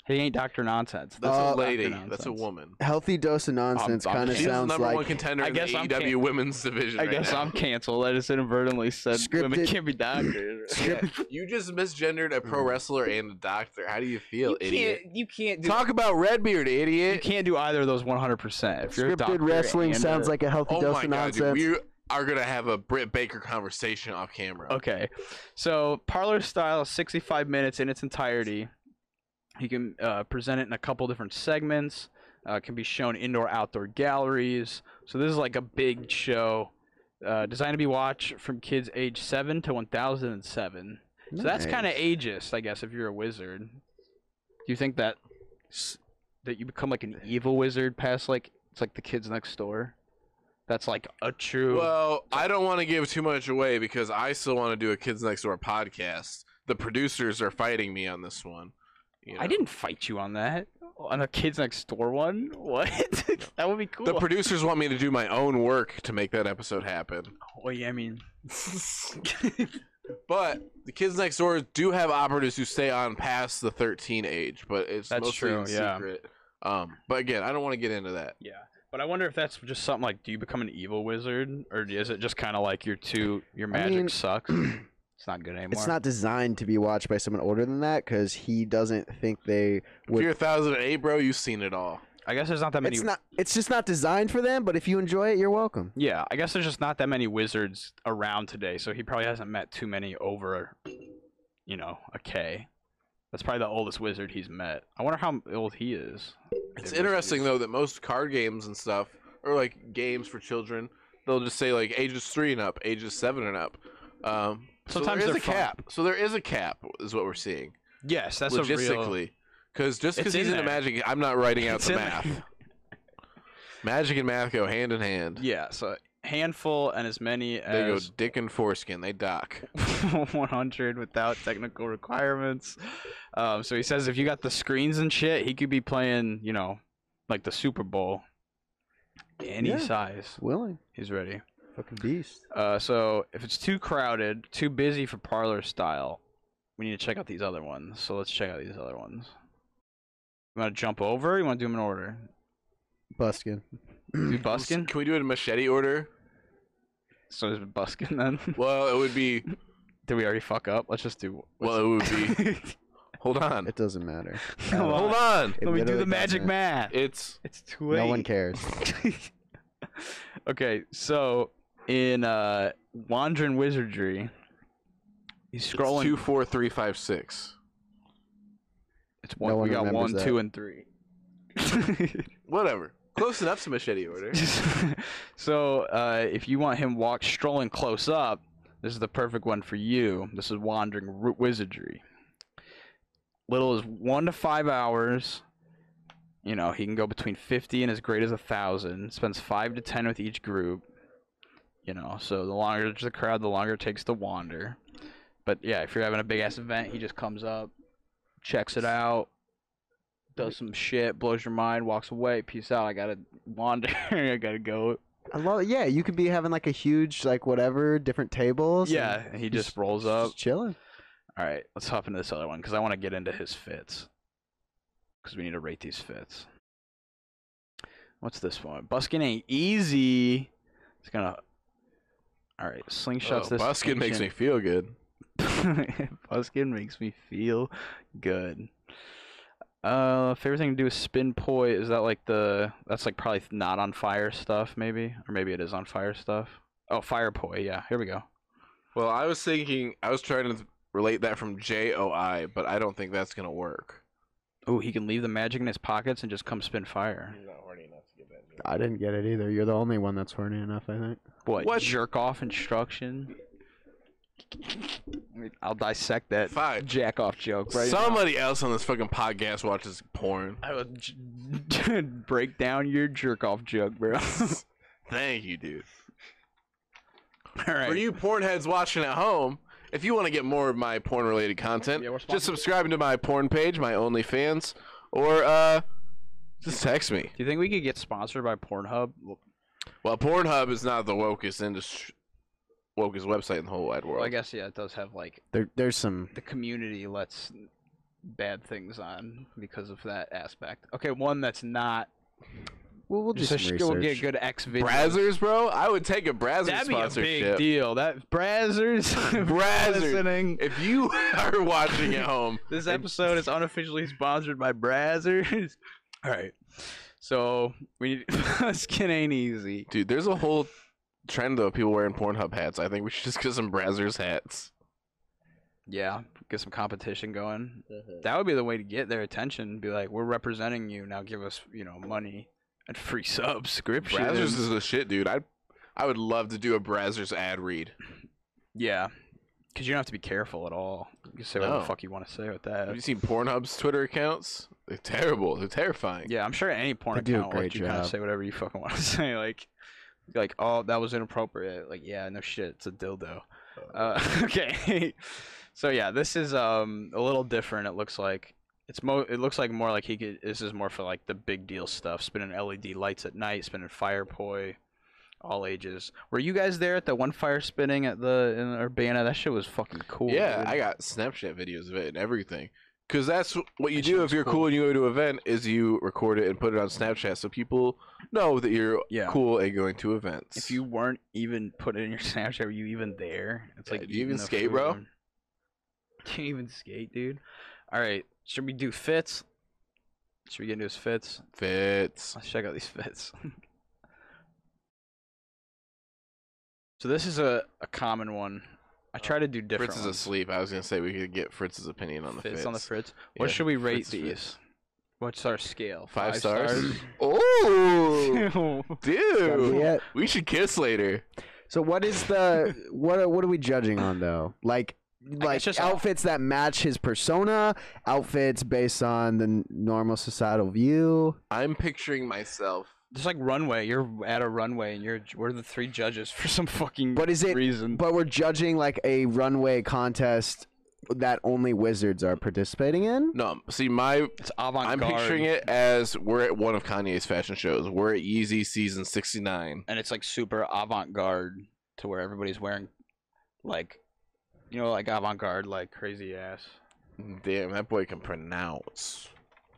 Speaker 2: he ain't Dr. Nonsense.
Speaker 4: That's
Speaker 3: Uh,
Speaker 4: a
Speaker 2: Dr.
Speaker 4: lady. That's a
Speaker 2: Nonsense.
Speaker 4: woman.
Speaker 3: Healthy dose of nonsense
Speaker 2: I'm-
Speaker 3: kind of
Speaker 4: She's the
Speaker 3: sounds
Speaker 4: number one
Speaker 3: like
Speaker 4: contender
Speaker 2: I
Speaker 4: in
Speaker 2: guess
Speaker 4: the
Speaker 2: I'm
Speaker 4: AEW
Speaker 2: can-
Speaker 4: women's division.
Speaker 2: I
Speaker 4: right
Speaker 2: guess
Speaker 4: now.
Speaker 2: I'm canceled. I just inadvertently said women
Speaker 3: Scripted-
Speaker 2: can't be doctors.
Speaker 4: You just misgendered a pro wrestler and a doctor. How do you feel,
Speaker 2: Mm. you
Speaker 4: idiot?
Speaker 2: can't. You can't do.
Speaker 4: Talk about Redbeard,
Speaker 2: you
Speaker 4: idiot.
Speaker 2: can't do either of those 100. percent If you're a
Speaker 3: scripted
Speaker 2: doctor
Speaker 3: wrestling
Speaker 2: and a-
Speaker 3: sounds like a healthy
Speaker 4: Oh
Speaker 3: dose
Speaker 4: my
Speaker 3: of
Speaker 4: god, dude,
Speaker 3: nonsense.
Speaker 4: we are gonna have a Britt Baker conversation off camera.
Speaker 2: Okay, so parlor style, 65 minutes in its entirety. You can uh, present it in a couple different segments. Uh, it can be shown indoor, outdoor galleries. So this is like a big show, uh, designed to be watched from kids age seven to 1,007. So that's kind of ageist, I guess, if you're a wizard. Do you think that s- that you become like an evil wizard past like it's like the kids next door? That's like a true.
Speaker 4: Well, I don't want to give too much away because I still want to do a Kids Next Door podcast. The producers are fighting me on this one. you
Speaker 2: I
Speaker 4: know.
Speaker 2: didn't fight you on that on a kids next door one. What? that would be cool.
Speaker 4: The producers want me to do my own work to make that episode happen.
Speaker 2: well, yeah, I mean,
Speaker 4: But the kids next door do have operatives who stay on past the 13 age, but it's
Speaker 2: That's
Speaker 4: mostly
Speaker 2: true,
Speaker 4: in
Speaker 2: yeah.
Speaker 4: secret. Um, but again, I don't want to get into that.
Speaker 2: yeah. But I wonder if that's just something like, do you become an evil wizard, or is it just kind of like your two your magic
Speaker 3: mean-
Speaker 2: sucks? It's not good anymore.
Speaker 3: It's not designed to be watched by someone older than that because he doesn't think they
Speaker 4: If
Speaker 3: would
Speaker 4: you're 1008, bro, you've seen it all.
Speaker 2: I guess there's not that many.
Speaker 3: It's not. It's just not designed for them. But if you enjoy it, you're welcome.
Speaker 2: yeah, I guess there's just not that many wizards around today, so he probably hasn't met too many over, you know, a K. That's probably the oldest wizard he's met. I wonder how old he is.
Speaker 4: It's
Speaker 2: Wizard is-
Speaker 4: interesting though that most card games and stuff, or like games for children, they'll just say like ages three and up, ages seven and up. Um, so
Speaker 2: Sometimes
Speaker 4: there
Speaker 2: they're
Speaker 4: is a
Speaker 2: fun.
Speaker 4: cap. So there is a cap, is what we're seeing
Speaker 2: Yes, that's a real.
Speaker 4: logistically. Because just
Speaker 2: It's
Speaker 4: because he's
Speaker 2: in
Speaker 4: into
Speaker 2: there.
Speaker 4: magic, I'm not writing out
Speaker 2: It's
Speaker 4: the
Speaker 2: in there.
Speaker 4: math. Magic and math go hand in hand.
Speaker 2: Yeah, so handful and as many
Speaker 4: They go
Speaker 2: as
Speaker 4: dick and foreskin. They dock.
Speaker 2: 100 without technical requirements. Um, so he says if you got the screens and shit, he could be playing, you know, like the Super Bowl. Any
Speaker 3: Yeah.
Speaker 2: size,
Speaker 3: Willing.
Speaker 2: he's ready.
Speaker 3: Fucking beast.
Speaker 2: Uh, so if it's too crowded, too busy for parlor style, we need to check out these other ones. So let's check out these other ones. You want to jump over? Or you want to do them in order?
Speaker 3: Buskin.
Speaker 2: Do Buskin?
Speaker 4: Can we do it in machete order?
Speaker 2: So is it Buskin then?
Speaker 4: Well, it would be.
Speaker 2: Did we already fuck up? Let's just do.
Speaker 4: Well, it would be. Hold on.
Speaker 3: It doesn't matter.
Speaker 2: Hold
Speaker 4: Hold on.
Speaker 2: Let me
Speaker 3: It
Speaker 2: do
Speaker 3: literally
Speaker 2: the magic
Speaker 3: doesn't.
Speaker 2: math.
Speaker 4: It's
Speaker 2: It's too
Speaker 3: No one cares.
Speaker 2: okay, so in uh Wandering Wizardry, he's scrolling.
Speaker 4: scrolling. Two, four, three, five, six.
Speaker 2: It's one.
Speaker 3: No
Speaker 2: we
Speaker 3: one
Speaker 2: got
Speaker 3: remembers
Speaker 2: one,
Speaker 3: that.
Speaker 2: two, and three.
Speaker 4: Whatever. Close enough to machete order.
Speaker 2: so uh, if you want him walk strolling close up, this is the perfect one for you. This is Wandering Ru- Wizardry. Little is one to five hours. You know he can go between fifty and as great as a thousand. Spends five to ten with each group. You know, so the longer the crowd, the longer it takes to wander. But yeah, if you're having a big ass event, he just comes up, checks it out, does some shit, blows your mind, walks away. Peace out. I gotta wander. I gotta go.
Speaker 3: I love. Yeah, you could be having like a huge like whatever different tables. and
Speaker 2: Yeah, and he just rolls up.
Speaker 3: Just chilling.
Speaker 2: All right, let's hop into this other one because I want to get into his fits. Because we need to rate these fits. What's this one? Buskin ain't easy. It's gonna. All right, slingshots.
Speaker 4: Oh,
Speaker 2: this
Speaker 4: Buskin makes
Speaker 2: ancient-
Speaker 4: me feel good.
Speaker 2: Buskin makes me feel good. Uh, favorite thing to do is spin poi. Is that like the that's like probably not on fire stuff, maybe, or maybe it is on fire stuff. Oh, fire poi. Yeah, here we go.
Speaker 4: Well, I was thinking, I was trying to relate that from J O I, but I don't think that's gonna work.
Speaker 2: Oh, he can leave the magic in his pockets and just come spin fire.
Speaker 3: I didn't get it either. You're the only one that's horny enough. I think.
Speaker 2: What,
Speaker 4: What?
Speaker 2: jerk off instruction? I'll dissect that
Speaker 4: Fine.
Speaker 2: jack off joke right now.
Speaker 4: Somebody else on this fucking podcast watches porn.
Speaker 2: I will j- break down your jerk off joke, bro.
Speaker 4: Thank you, dude.
Speaker 2: All right.
Speaker 4: For you porn heads watching at home, if you want to get more of my porn related content,
Speaker 2: Yeah, we're
Speaker 4: just subscribing to my porn page, my OnlyFans, or uh, just text me.
Speaker 2: Do you think we could get sponsored by Pornhub? Well,
Speaker 4: Well, Pornhub is not the wokest industry, wokest website in the whole wide world.
Speaker 2: I guess yeah, it does have like
Speaker 3: There, there's some.
Speaker 2: the community lets bad things on because of that aspect. Okay, one that's not.
Speaker 3: Well, we'll do
Speaker 2: Just
Speaker 3: some
Speaker 2: so
Speaker 3: research.
Speaker 2: we'll get good X videos.
Speaker 4: Brazzers, bro, I would take a Brazzers
Speaker 2: That'd be a big
Speaker 4: sponsorship.
Speaker 2: deal. That Brazzers. if you're
Speaker 4: Brazzers.
Speaker 2: listening,
Speaker 4: If you are watching at home,
Speaker 2: This episode is unofficially sponsored by Brazzers. All right. So we need skin ain't easy.
Speaker 4: dude, there's a whole trend though of people wearing Pornhub hats. I think we should just get some Brazzers hats.
Speaker 2: Yeah, get some competition going. That would be the way to get their attention. Be like, we're representing you now. Give us, you know, money and free subscription.
Speaker 4: Brazzers is the shit, dude. I I would love to do a Brazzers ad read.
Speaker 2: yeah, because you don't have to be careful at all. You can say what
Speaker 4: No.
Speaker 2: the fuck you want to say with
Speaker 4: Have you
Speaker 2: that.
Speaker 4: seen Pornhub's Twitter accounts? They're terrible. They're terrifying.
Speaker 2: Yeah, I'm sure any porn
Speaker 3: They do a
Speaker 2: account like
Speaker 3: great
Speaker 2: you kind of
Speaker 3: job.
Speaker 2: say whatever you fucking want to say. Like, like, oh, that was inappropriate. Like, yeah, no shit, it's a dildo. Uh, okay, so yeah, this is um a little different. It looks like it's mo. It looks like more like he could. This is more for like the big deal stuff. Spinning LED lights at night. Spinning fire poi. All ages. Were you guys there at the one fire spinning at the in Urbana? That shit was fucking cool.
Speaker 4: Yeah,
Speaker 2: dude.
Speaker 4: I got Snapchat videos of it and everything. Cause that's what you
Speaker 2: That shit
Speaker 4: do
Speaker 2: was
Speaker 4: if you're cool.
Speaker 2: cool.
Speaker 4: and you go to an event is you record it and put it on Snapchat so people know that you're
Speaker 2: Yeah.
Speaker 4: cool and going to events.
Speaker 2: If you weren't even put it in your Snapchat, were you even there? It's
Speaker 4: Yeah,
Speaker 2: like
Speaker 4: do you even
Speaker 2: eating the
Speaker 4: skate,
Speaker 2: food
Speaker 4: bro?
Speaker 2: and- Do you even skate, dude? All right, should we do fits? Should we get into his fits?
Speaker 4: Fits.
Speaker 2: Let's check out these fits. so this is a, a common one. I try to do different.
Speaker 4: Fritz is
Speaker 2: ones.
Speaker 4: asleep. I was gonna say we could get Fritz's opinion on the
Speaker 2: Fits
Speaker 4: fits.
Speaker 2: on the Fritz. What
Speaker 4: Yeah,
Speaker 2: should we rate
Speaker 4: Fritz,
Speaker 2: these?
Speaker 4: Fritz.
Speaker 2: What's our scale?
Speaker 4: Five, stars. oh,
Speaker 3: Gotta be
Speaker 4: dude,
Speaker 3: it.
Speaker 4: we should kiss later.
Speaker 3: So what is the what? Are, what are we judging on though? Like like
Speaker 2: just-
Speaker 3: outfits that match his persona, outfits based on the n- normal societal view.
Speaker 4: I'm picturing myself.
Speaker 2: Just like runway. You're at a runway and you're we're the three judges for some fucking
Speaker 3: But is it-
Speaker 2: reason.
Speaker 3: But we're judging like a runway contest that only wizards are participating in.
Speaker 4: No, see my.
Speaker 2: it's avant
Speaker 4: I'm
Speaker 2: garde.
Speaker 4: picturing it as we're at one of Kanye's fashion shows. We're at Yeezy season 69.
Speaker 2: and it's like super avant garde to where everybody's wearing like you know like avant garde like crazy ass.
Speaker 4: Damn, that boy can pronounce.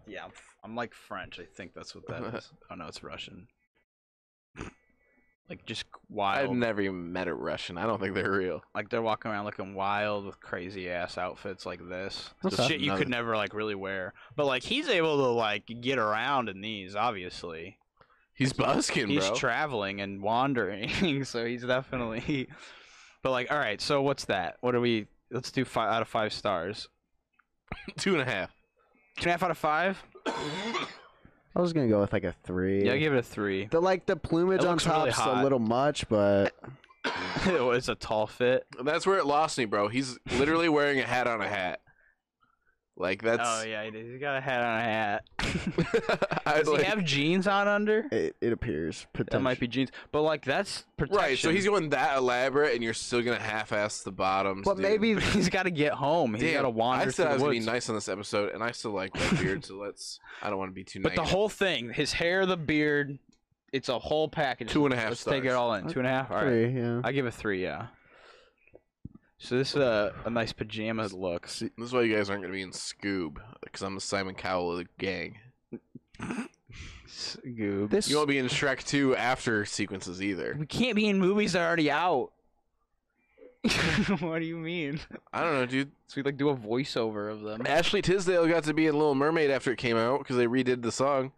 Speaker 2: Yeah, I'm, f- I'm like French. I think that's what that is. Oh no, it's Russian. like just
Speaker 4: I've
Speaker 2: wild.
Speaker 4: never even met a Russian. I don't think they're real.
Speaker 2: like they're walking around looking wild with crazy ass outfits like this.
Speaker 3: Okay.
Speaker 2: Just shit you
Speaker 4: Another-
Speaker 2: could never like really wear. But like he's able to like get around in these. Obviously,
Speaker 4: He's busking,
Speaker 2: he's
Speaker 4: bro.
Speaker 2: traveling and wandering, so he's definitely. But like, all right, so what's that? What are we? Let's do five out of five stars.
Speaker 4: Two and a half.
Speaker 2: Two and a half out of five.
Speaker 3: I was gonna go with like a three.
Speaker 2: Yeah, I give it a three.
Speaker 3: the like the plumage
Speaker 2: It
Speaker 3: on
Speaker 2: looks really
Speaker 3: top's a
Speaker 2: hot.
Speaker 3: little much, but
Speaker 2: it's a tall fit.
Speaker 4: That's where it lost me, bro. He's literally wearing a hat on a hat. Like that's.
Speaker 2: Oh yeah, he has got a hat on a hat.
Speaker 4: I
Speaker 2: Does
Speaker 4: like-
Speaker 2: he have jeans on under?
Speaker 3: it, it appears potential.
Speaker 2: That might be jeans, but like that's protection.
Speaker 4: right, so he's going that elaborate, and you're still gonna half-ass the bottoms.
Speaker 3: But
Speaker 4: dude.
Speaker 3: maybe
Speaker 2: he's got to get home. He's
Speaker 4: Damn,
Speaker 2: got to wander
Speaker 4: I said
Speaker 2: through
Speaker 4: I was
Speaker 2: the
Speaker 4: gonna be
Speaker 2: woods.
Speaker 4: nice on this episode, and I still like my beard. so let's. I don't want to be too.
Speaker 2: But the
Speaker 4: negative.
Speaker 2: whole thing, his hair, the beard, it's a whole package.
Speaker 4: Two and a half
Speaker 2: Let's take it
Speaker 4: stars.
Speaker 2: all in. Two and a half. All right.
Speaker 3: three. Yeah.
Speaker 2: I give it three. Yeah. So this is a, a nice pajamas look.
Speaker 4: This is why you guys aren't gonna be in Scoob, because I'm the Simon Cowell of the gang.
Speaker 2: S- Goob.
Speaker 3: This
Speaker 4: You won't be in Shrek 2 after sequences either.
Speaker 2: we can't be in movies that are already out. what do you mean?
Speaker 4: I don't know, dude.
Speaker 2: So we like do a voiceover of them.
Speaker 4: Ashley Tisdale got to be in Little Mermaid after it came out because they redid the song.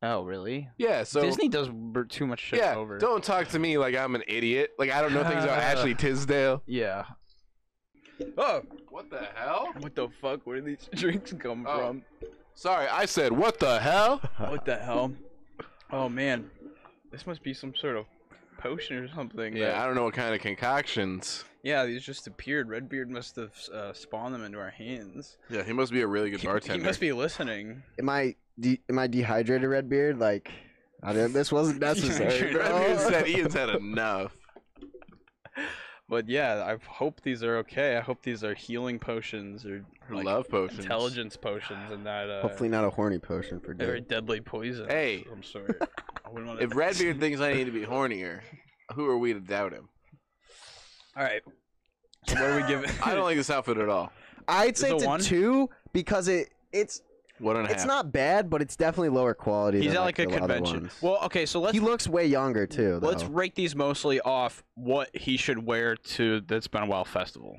Speaker 2: Oh really?
Speaker 4: Yeah, so
Speaker 2: Disney does b- too much shit
Speaker 4: yeah.
Speaker 2: over.
Speaker 4: Don't talk to me like I'm an idiot. Like I don't know things about Ashley Tisdale.
Speaker 2: Yeah. Oh,
Speaker 4: What the hell?
Speaker 2: what the fuck? Where did these drinks come
Speaker 4: Oh.
Speaker 2: from?
Speaker 4: Sorry, I said what the hell?
Speaker 2: What the hell? Oh man, this must be some sort of potion or something.
Speaker 4: Yeah, I
Speaker 2: that-
Speaker 4: don't know what kind of concoctions.
Speaker 2: yeah. These just appeared. Redbeard must have uh, spawned them into our hands.
Speaker 4: Yeah, he must be a really good
Speaker 2: He-
Speaker 4: bartender.
Speaker 2: He must be listening.
Speaker 3: am I de- am I dehydrated, Redbeard? Like, I didn't, this wasn't
Speaker 2: Dehydrated
Speaker 3: necessary. bro.
Speaker 4: Redbeard said Ian's had enough.
Speaker 2: But yeah, I hope these are okay. I hope these are healing potions or like,
Speaker 4: Love potions.
Speaker 2: intelligence potions and not uh,
Speaker 3: Hopefully, not a horny potion for
Speaker 2: very
Speaker 3: Dave.
Speaker 2: deadly poison.
Speaker 4: Hey.
Speaker 2: I'm sorry. I wouldn't want
Speaker 4: If Redbeard thinks I need to be hornier, who are we to doubt him?
Speaker 2: All right. So what are we giving?
Speaker 4: I don't like this outfit at all.
Speaker 3: I'd
Speaker 2: it
Speaker 3: say
Speaker 2: a
Speaker 3: it's a
Speaker 2: one?
Speaker 3: two because it it's
Speaker 4: One and a half.
Speaker 3: it's not bad, but it's definitely lower quality.
Speaker 2: He's
Speaker 3: than,
Speaker 2: at like a
Speaker 3: the other
Speaker 2: convention.
Speaker 3: ones.
Speaker 2: Well, okay. So let's
Speaker 3: he looks way younger too.
Speaker 2: Let's
Speaker 3: though.
Speaker 2: rate these mostly off what he should wear to that's been a while festival.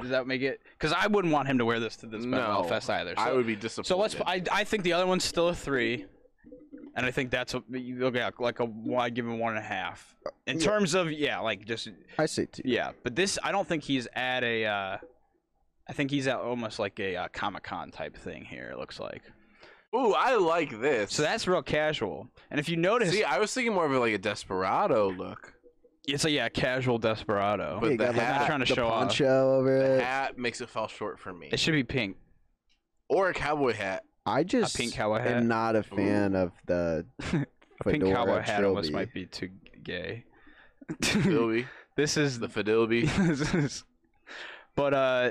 Speaker 2: Does that make it? Because I wouldn't want him to wear this to this been a while
Speaker 4: No,
Speaker 2: fest either. So,
Speaker 4: I would be disappointed.
Speaker 2: so let's. I, I think the other one's still a three, and I think that's a, you okay, like a I give him one and a half in
Speaker 3: Yeah.
Speaker 2: terms of yeah, like just
Speaker 3: I say two.
Speaker 2: yeah. But this, I don't think he's at a. Uh, I think he's at almost like a uh, Comic Con type thing here. It looks like.
Speaker 4: Ooh, I like this.
Speaker 2: So that's real casual. And if you notice,
Speaker 4: See, I was thinking more of like a desperado look.
Speaker 2: it's a yeah casual desperado.
Speaker 4: But
Speaker 3: Yeah,
Speaker 4: the
Speaker 3: got, like,
Speaker 4: hat-
Speaker 2: Not trying to
Speaker 3: the
Speaker 2: show off.
Speaker 3: poncho over it.
Speaker 4: Hat makes it fall short for me.
Speaker 2: It should be pink.
Speaker 4: Or a cowboy hat.
Speaker 3: I just
Speaker 2: pink cowboy hat.
Speaker 3: am not a fan of the
Speaker 2: A pink
Speaker 3: fedora
Speaker 2: cowboy hat almost
Speaker 3: trilby.
Speaker 2: might be too g- gay.
Speaker 4: Fidilby.
Speaker 2: this is
Speaker 4: the
Speaker 2: the.
Speaker 4: Fidilby.
Speaker 2: this is, but uh,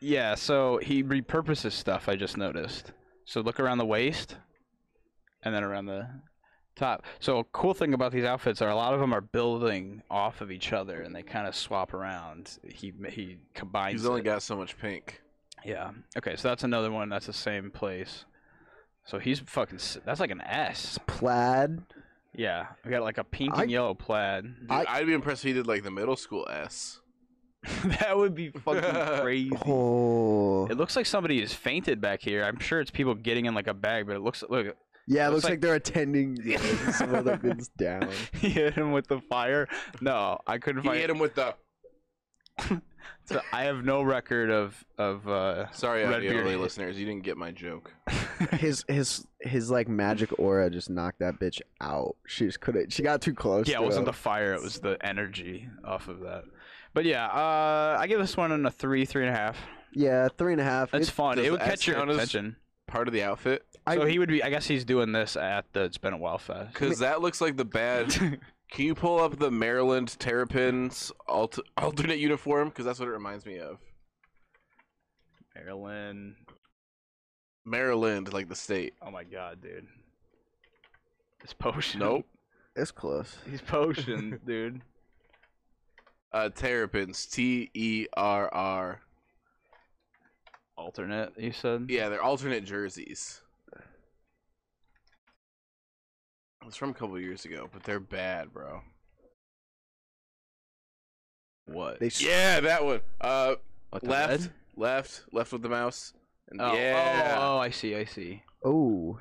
Speaker 2: yeah. So he repurposes stuff. I just noticed. So look around the waist, and then around the top. So a cool thing about these outfits are a lot of them are building off of each other, and they kind of swap around. He he combines.
Speaker 4: He's only
Speaker 2: it.
Speaker 4: got so much pink.
Speaker 2: Yeah. Okay. So that's another one. That's the same place. So he's fucking. s- That's like an S.
Speaker 3: plaid.
Speaker 2: Yeah, we got like a pink and
Speaker 3: I-
Speaker 2: yellow plaid.
Speaker 4: Dude,
Speaker 3: I-
Speaker 4: I'd be impressed if he did like the middle school S.
Speaker 2: that would be fucking crazy.
Speaker 3: Oh.
Speaker 2: It looks like somebody has fainted back here. I'm sure it's people getting in like a bag, but it looks look.
Speaker 3: Yeah, it
Speaker 2: Looks
Speaker 3: looks
Speaker 2: like-
Speaker 3: like, they're attending some of the bins down.
Speaker 2: He hit him with the fire. No, I couldn't
Speaker 4: He
Speaker 2: find.
Speaker 4: hit him with the.
Speaker 2: So I have no record of of. Uh,
Speaker 4: Sorry,
Speaker 2: Red
Speaker 4: audio
Speaker 2: Beard.
Speaker 4: only listeners, you didn't get my joke.
Speaker 3: His his his like magic aura just knocked that bitch out. She just couldn't. She got too close.
Speaker 2: yeah, it
Speaker 3: to
Speaker 2: wasn't the
Speaker 4: uh,
Speaker 3: him.
Speaker 2: fire; it was the energy off of that. But yeah, uh, I give this one a three, three and a half.
Speaker 3: yeah, three and a half.
Speaker 2: That's
Speaker 3: It-
Speaker 2: fun.
Speaker 4: does
Speaker 2: It would
Speaker 4: S
Speaker 2: catch your
Speaker 4: count as-
Speaker 2: attention.
Speaker 4: Part of the outfit,
Speaker 2: so he would be. I guess he's doing this at the. It's been a while fest.
Speaker 4: because that looks like the bad. Can you pull up the Maryland Terrapins alt- alternate uniform? Because that's what it reminds me of.
Speaker 2: Maryland.
Speaker 4: Maryland, like the state.
Speaker 2: Oh my god, dude. His potion.
Speaker 4: Nope.
Speaker 3: it's close.
Speaker 2: His potion, dude.
Speaker 4: Uh, Terrapins. T E R R.
Speaker 2: Alternate, you said.
Speaker 4: Yeah, they're alternate jerseys. It's from a couple years ago, but they're bad, bro.
Speaker 2: What?
Speaker 3: They s-
Speaker 4: Yeah, that one. Uh,
Speaker 2: What, the
Speaker 4: left,
Speaker 2: red?
Speaker 4: left, left with the mouse. And
Speaker 2: Oh,
Speaker 4: yeah.
Speaker 2: oh, oh, I see, I see.
Speaker 3: Oh,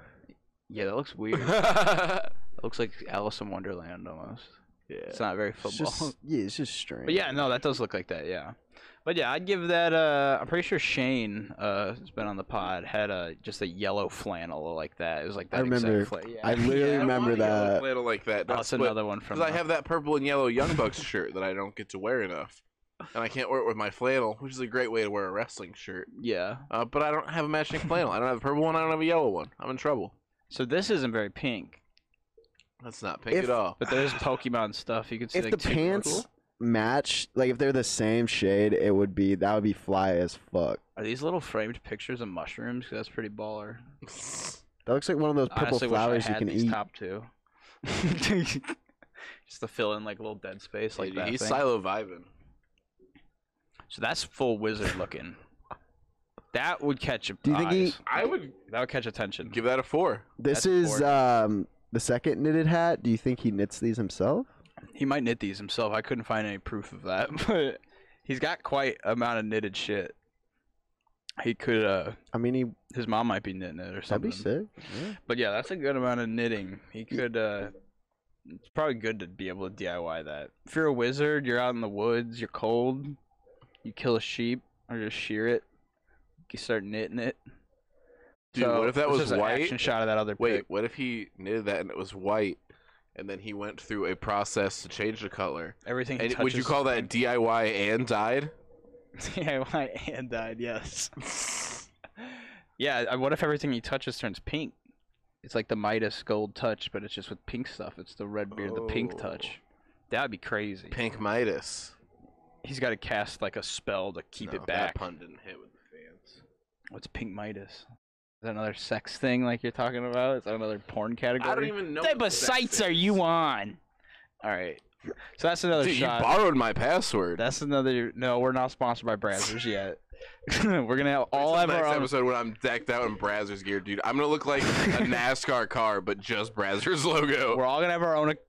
Speaker 2: Yeah, that looks weird. it looks like Alice in Wonderland almost.
Speaker 4: yeah.
Speaker 2: It's not very
Speaker 3: it's
Speaker 2: football.
Speaker 3: just yeah, it's just strange.
Speaker 2: But yeah, no, that does look like that, yeah. But yeah, I'd give that uh I'm pretty sure Shane uh who's been on the pod had a just a yellow flannel like that. It was like that
Speaker 3: I remember.
Speaker 2: exact fla- yeah.
Speaker 3: I literally
Speaker 4: Yeah, I
Speaker 3: remember
Speaker 4: want a yellow
Speaker 3: that.
Speaker 4: flannel like that.
Speaker 2: That's another one from
Speaker 4: Because I
Speaker 2: the-
Speaker 4: have that purple and yellow Young Bucks shirt that I don't get to wear enough, and I can't wear it with my flannel, which is a great way to wear a wrestling shirt.
Speaker 2: Yeah.
Speaker 4: Uh, but I don't have a matching flannel. I don't have a purple one. I don't have a yellow one. I'm in trouble.
Speaker 2: So this isn't very pink.
Speaker 4: That's not pink
Speaker 3: If-
Speaker 4: at all.
Speaker 2: But there's Pokemon stuff. You can see
Speaker 3: If
Speaker 2: like
Speaker 3: the
Speaker 2: two
Speaker 3: pants
Speaker 2: purple-
Speaker 3: match, like if they're the same shade, it would be that would be fly as fuck.
Speaker 2: Are these little framed pictures of mushrooms? 'Cause that's pretty baller.
Speaker 3: That looks like one of those
Speaker 2: I
Speaker 3: purple
Speaker 2: honestly wish I
Speaker 3: flowers you
Speaker 2: had
Speaker 3: can
Speaker 2: these
Speaker 3: eat.
Speaker 2: Top two. Just to fill in like a little dead space like
Speaker 4: Dude,
Speaker 2: that.
Speaker 4: he's
Speaker 2: thing.
Speaker 4: silo vibing.
Speaker 2: So that's full wizard looking. that would catch
Speaker 3: Do you think he-
Speaker 2: eyes.
Speaker 4: I would
Speaker 2: that would catch attention.
Speaker 4: give that a four.
Speaker 3: This
Speaker 2: That's
Speaker 3: is
Speaker 2: boring.
Speaker 3: um the second knitted hat. Do you think he knits these himself?
Speaker 2: He might knit these himself. I couldn't find any proof of that, but he's got quite amount of knitted shit. He could uh
Speaker 3: I mean, he
Speaker 2: his mom might be knitting it or
Speaker 3: that'd
Speaker 2: something.
Speaker 3: be sick. Yeah.
Speaker 2: But yeah, that's a good amount of knitting. He could uh it's probably good to be able to DIY that. If you're a wizard, you're out in the woods, you're cold, you kill a sheep or just shear it, you start knitting it.
Speaker 4: Dude,
Speaker 2: So,
Speaker 4: what if that
Speaker 2: this
Speaker 4: was
Speaker 2: is an
Speaker 4: white?
Speaker 2: Action shot of that other
Speaker 4: Wait,
Speaker 2: pic.
Speaker 4: what if he knitted that and it was white, and then he went through a process to change the color?
Speaker 2: Everything. he
Speaker 4: And would you
Speaker 2: touches-
Speaker 4: call that DIY and dyed?
Speaker 2: DIY and died? Yes. yeah. I- What if everything he touches turns pink? It's like the Midas gold touch, but it's just with pink stuff. It's the red beard, the pink touch. That'd be crazy.
Speaker 4: Oh. Pink Midas.
Speaker 2: He's got to cast like a spell to keep
Speaker 4: No,
Speaker 2: it back.
Speaker 4: That pun didn't hit with the fans.
Speaker 2: What's pink Midas? Is that another sex thing like you're talking about? Is that another porn category?
Speaker 4: I don't even know.
Speaker 2: What type of sites are you on? All right. So that's another
Speaker 4: Dude, you
Speaker 2: shot.
Speaker 4: borrowed my password.
Speaker 2: that's another. No, we're not sponsored by Brazzers yet. we're gonna have all
Speaker 4: Wait till
Speaker 2: have
Speaker 4: the
Speaker 2: our
Speaker 4: next
Speaker 2: own.
Speaker 4: episode when I'm decked out in Brazzers gear, dude. I'm gonna look like a NASCAR car, but just Brazzers logo.
Speaker 2: We're all gonna have our own ac-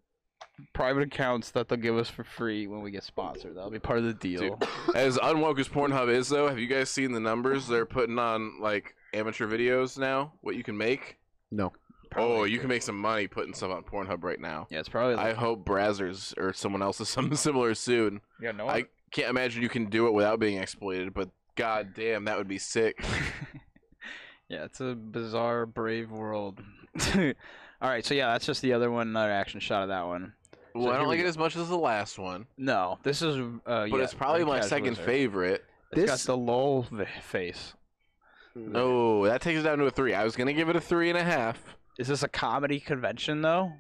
Speaker 2: private accounts that they'll give us for free when we get sponsored. That'll be part of the deal.
Speaker 4: Dude, as unwoke as Pornhub is, though, have you guys seen the numbers they're putting on like amateur videos now? What you can make?
Speaker 3: No.
Speaker 4: oh, you can make some money putting stuff on Pornhub right now.
Speaker 2: Yeah, it's probably.
Speaker 4: I
Speaker 2: Like,
Speaker 4: hope Brazzers or someone else is something similar soon.
Speaker 2: yeah, no.
Speaker 4: I can't imagine you can do it without being exploited, but god damn, that would be sick.
Speaker 2: yeah, it's a bizarre, brave world. all right, so yeah, that's just the other one. Another action shot of that one.
Speaker 4: Well,
Speaker 2: So
Speaker 4: I
Speaker 2: here
Speaker 4: don't
Speaker 2: we
Speaker 4: like it
Speaker 2: go.
Speaker 4: as much as the last one,
Speaker 2: No, this is. Uh,
Speaker 4: but
Speaker 2: yeah,
Speaker 4: it's probably my
Speaker 2: Casual
Speaker 4: second
Speaker 2: Wizard.
Speaker 4: favorite.
Speaker 2: It's got
Speaker 3: This-
Speaker 2: the lol v- face.
Speaker 4: Oh, that takes it down to a three. I was gonna give it a three and a half.
Speaker 2: Is this a comedy convention though?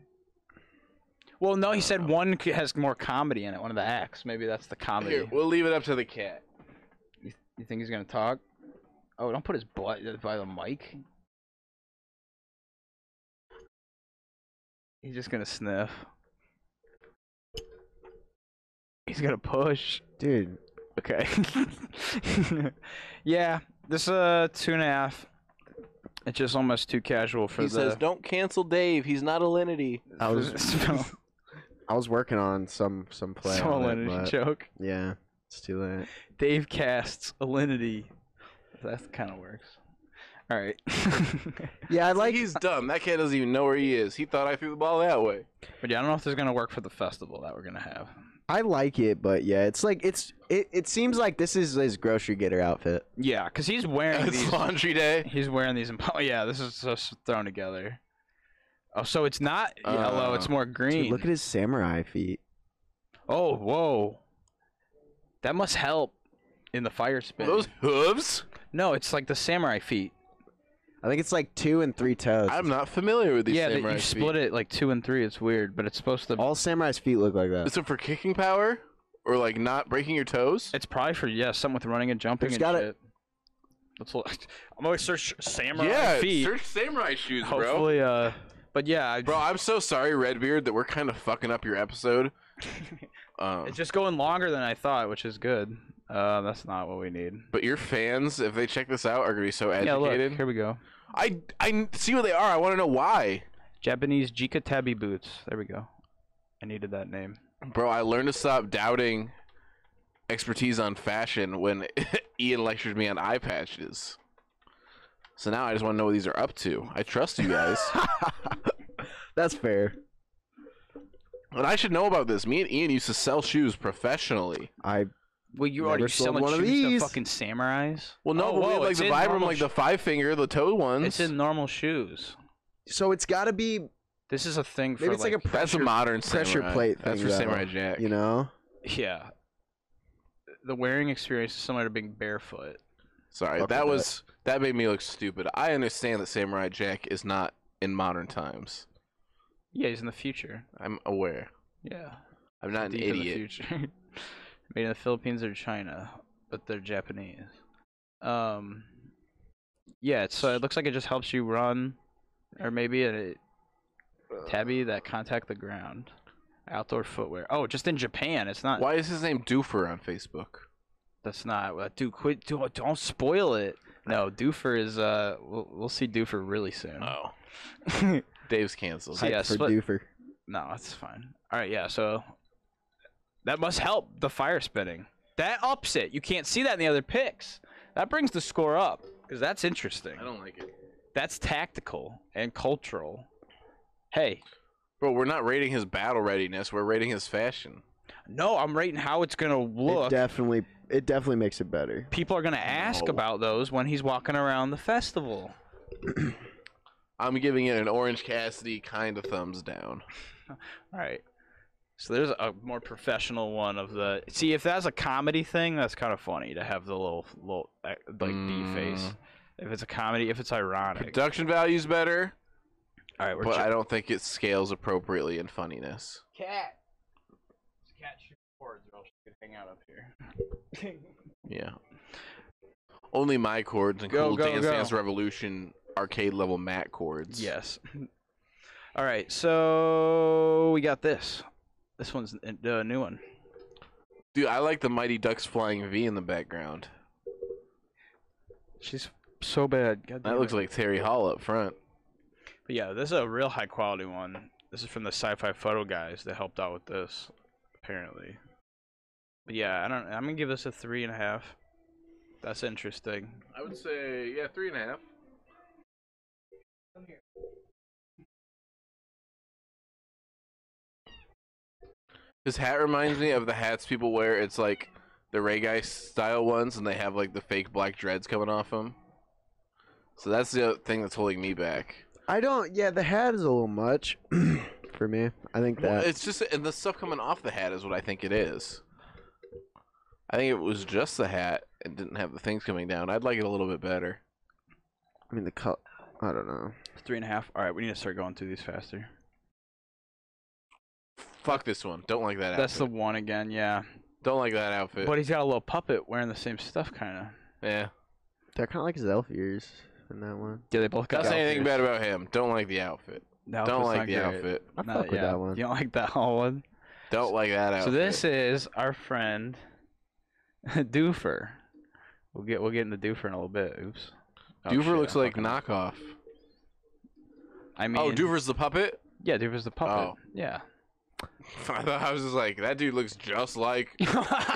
Speaker 2: Well, no, he
Speaker 4: Uh,
Speaker 2: said one c- has more comedy in it. One of the acts. Maybe that's the comedy.
Speaker 4: Here, we'll leave it up to the cat.
Speaker 2: You think he's gonna talk? Oh, don't put his butt by the mic. He's just gonna sniff. He's gonna push.
Speaker 3: Dude,
Speaker 2: Okay. yeah, this uh two and a half. It's just almost too casual for
Speaker 4: he
Speaker 2: the.
Speaker 4: says, "Don't cancel Dave. He's not a linity."
Speaker 3: I
Speaker 2: for
Speaker 3: was
Speaker 2: the spell-
Speaker 3: I was working on some some play.
Speaker 2: spell
Speaker 3: on it,
Speaker 2: energy
Speaker 3: but-
Speaker 2: joke.
Speaker 3: yeah. It's too late.
Speaker 2: Dave casts Alinity. That kind of works. All right.
Speaker 3: Yeah, I like.
Speaker 4: he's dumb. That cat doesn't even know where he is. He thought I threw the ball that way.
Speaker 2: but yeah, I don't know if this is gonna work for the festival that we're gonna have.
Speaker 3: I like it, but yeah, it's like it's. It, it seems like this is his grocery getter outfit.
Speaker 2: Yeah, cause he's wearing
Speaker 4: It's
Speaker 2: these.
Speaker 4: laundry day.
Speaker 2: He's wearing these. impo- oh, yeah, this is just thrown together. Oh, so it's not yellow.
Speaker 4: Uh,
Speaker 2: it's more green.
Speaker 3: Dude, look at his samurai feet.
Speaker 2: Oh, whoa. That must help in the fire spin.
Speaker 4: Those hooves?
Speaker 2: No, it's like the samurai feet.
Speaker 3: I think it's like two and three toes.
Speaker 4: I'm not familiar with these
Speaker 2: yeah, that
Speaker 4: samurai
Speaker 2: you split it like two and three. It's weird, but it's supposed to.
Speaker 3: All samurai's feet look like that.
Speaker 4: Is it for kicking power? Or like not breaking your toes?
Speaker 2: It's probably for yeah, something with running and jumping
Speaker 3: There's
Speaker 2: and
Speaker 3: gotta-
Speaker 2: shit. Let's look. I'm always search samurai
Speaker 4: yeah,
Speaker 2: feet.
Speaker 4: search samurai shoes, bro.
Speaker 2: Hopefully, uh, but yeah, I,
Speaker 4: Bro, I'm so sorry, Redbeard, that we're kind of fucking up your episode. Um,
Speaker 2: it's just going longer than I thought, which is good. Uh, that's not what we need.
Speaker 4: but your fans, if they check this out, are gonna be so
Speaker 2: Yeah, look,
Speaker 4: educated.
Speaker 2: here we go.
Speaker 4: I I see what they are. I want to know why,
Speaker 2: Japanese jikatabi boots. There we go. I needed that name.
Speaker 4: bro. I learned to stop doubting expertise on fashion when Ian lectured me on eye patches. So now I just want to know what these are up to. I trust you guys,
Speaker 3: That's fair.
Speaker 4: and I should know about this. Me and Ian used to sell shoes professionally.
Speaker 3: I
Speaker 2: Well, you
Speaker 3: Never
Speaker 2: already
Speaker 3: sold
Speaker 2: selling
Speaker 3: one of
Speaker 2: shoes
Speaker 3: these.
Speaker 2: to fucking samurais.
Speaker 4: Well, no,
Speaker 2: Oh,
Speaker 4: but we
Speaker 2: whoa,
Speaker 4: had, like
Speaker 2: it's
Speaker 4: the
Speaker 2: in
Speaker 4: Vibram,
Speaker 2: normal
Speaker 4: like
Speaker 2: sh-
Speaker 4: the five finger, the toe ones.
Speaker 2: It's in normal shoes.
Speaker 3: so it's got to be
Speaker 2: This is a thing for
Speaker 3: maybe it's like, a
Speaker 4: That's
Speaker 3: pressure
Speaker 4: a modern
Speaker 3: pressure
Speaker 4: samurai.
Speaker 3: plate
Speaker 4: That's
Speaker 3: thing,
Speaker 4: for
Speaker 3: though,
Speaker 4: Samurai Jack.
Speaker 3: you know.
Speaker 2: yeah. The wearing experience is similar to being barefoot.
Speaker 4: Sorry,
Speaker 3: Fuck
Speaker 4: that
Speaker 3: with
Speaker 4: was that made me look stupid. I understand that Samurai Jack is not in modern times.
Speaker 2: Yeah, he's in the future.
Speaker 4: I'm aware.
Speaker 2: Yeah,
Speaker 4: I'm not an
Speaker 2: deep in the
Speaker 4: idiot.
Speaker 2: future. Made in the Philippines or China, but they're Japanese. Um, yeah. it's- So it looks like it just helps you run, or maybe it tabby that contact the ground. Outdoor footwear. Oh, just in Japan. It's not.
Speaker 4: Why is his name Doofer on Facebook?
Speaker 2: That's not what dude. Quit. Don't, don't spoil it. No, Doofer is. Uh, we'll, we'll see Doofer really soon.
Speaker 4: Oh, Dave's canceled.
Speaker 2: So yeah,
Speaker 3: for
Speaker 2: split-
Speaker 3: doofer.
Speaker 2: no, that's fine. All right, yeah. So that must help the fire spinning. That ups it. You can't see that in the other picks. That brings the score up because that's interesting.
Speaker 4: I don't like it,
Speaker 2: That's tactical and cultural. Hey,
Speaker 4: bro. We're not rating his battle readiness. We're rating his fashion.
Speaker 2: no, I'm rating how it's gonna
Speaker 3: It
Speaker 2: look.
Speaker 3: definitely it definitely makes it better.
Speaker 2: People are gonna ask
Speaker 4: No.
Speaker 2: about those when he's walking around the festival.
Speaker 4: I'm giving it an Orange Cassidy kind of thumbs down.
Speaker 2: All right. So there's a more professional one of the. See, if that's a comedy thing, that's kind of funny to have the little, little uh, like D face.
Speaker 4: Mm.
Speaker 2: If it's a comedy, if it's ironic.
Speaker 4: Production value's better,
Speaker 2: All right, we're
Speaker 4: but
Speaker 2: ju-
Speaker 4: I don't think it scales appropriately in funniness.
Speaker 2: cat. It's a cat shooting cords, or else she could hang out up here.
Speaker 4: Yeah. Only my chords and
Speaker 2: Go,
Speaker 4: cool
Speaker 2: go,
Speaker 4: Dance
Speaker 2: go.
Speaker 4: Dance Revolution arcade level mat chords.
Speaker 2: Yes. All right, so we got this. This one's n- a new one.
Speaker 4: Dude, I like the Mighty Ducks flying V in the background.
Speaker 2: She's so bad. God
Speaker 4: That
Speaker 2: damn
Speaker 4: looks
Speaker 2: it.
Speaker 4: like Terry Hall up front.
Speaker 2: But yeah, this is a real high quality one. This is from the sci-fi photo guys that helped out with this, apparently. But yeah, I don't. I'm gonna give this a three and a half. That's interesting.
Speaker 4: I would say, yeah, three and a half. His hat reminds me of the hats people wear. It's like the Ray Guy style ones, and they have like the fake black dreads coming off them. So that's the other thing that's holding me back.
Speaker 3: I don't. Yeah, the hat is a little much for me. I think
Speaker 4: Well,
Speaker 3: that.
Speaker 4: it's just and the stuff coming off the hat is what I think it is. I think it was just the hat and didn't have the things coming down. I'd like it a little bit better.
Speaker 3: I mean, the color. I don't know.
Speaker 2: Three and a half. All right, we need to start going through these faster.
Speaker 4: Fuck this one. Don't like that
Speaker 2: That's the
Speaker 4: outfit.
Speaker 2: one again. Yeah,
Speaker 4: Don't like that outfit.
Speaker 2: but he's got a little puppet wearing the same stuff, kind of.
Speaker 4: yeah.
Speaker 3: They're kind of like his elf ears in that one.
Speaker 2: Yeah, they both
Speaker 4: Don't
Speaker 2: got.
Speaker 4: say anything bad about him. Don't like the outfit.
Speaker 2: No,
Speaker 4: don't like the outfit.
Speaker 3: I
Speaker 2: No,
Speaker 3: fuck with
Speaker 2: yeah.
Speaker 3: that one.
Speaker 2: You don't like that whole one.
Speaker 4: Don't like that outfit.
Speaker 2: So this is our friend Doofer. We'll get we'll get into Doofer in a little bit. Oops. Oh,
Speaker 4: Doover
Speaker 2: shit,
Speaker 4: looks
Speaker 2: I'm
Speaker 4: like
Speaker 2: fucking up.
Speaker 4: knockoff.
Speaker 2: I mean,
Speaker 4: Oh, Doover's the puppet.
Speaker 2: Yeah, Doover's the puppet.
Speaker 4: Oh.
Speaker 2: Yeah.
Speaker 4: I thought I was just like, that dude looks just like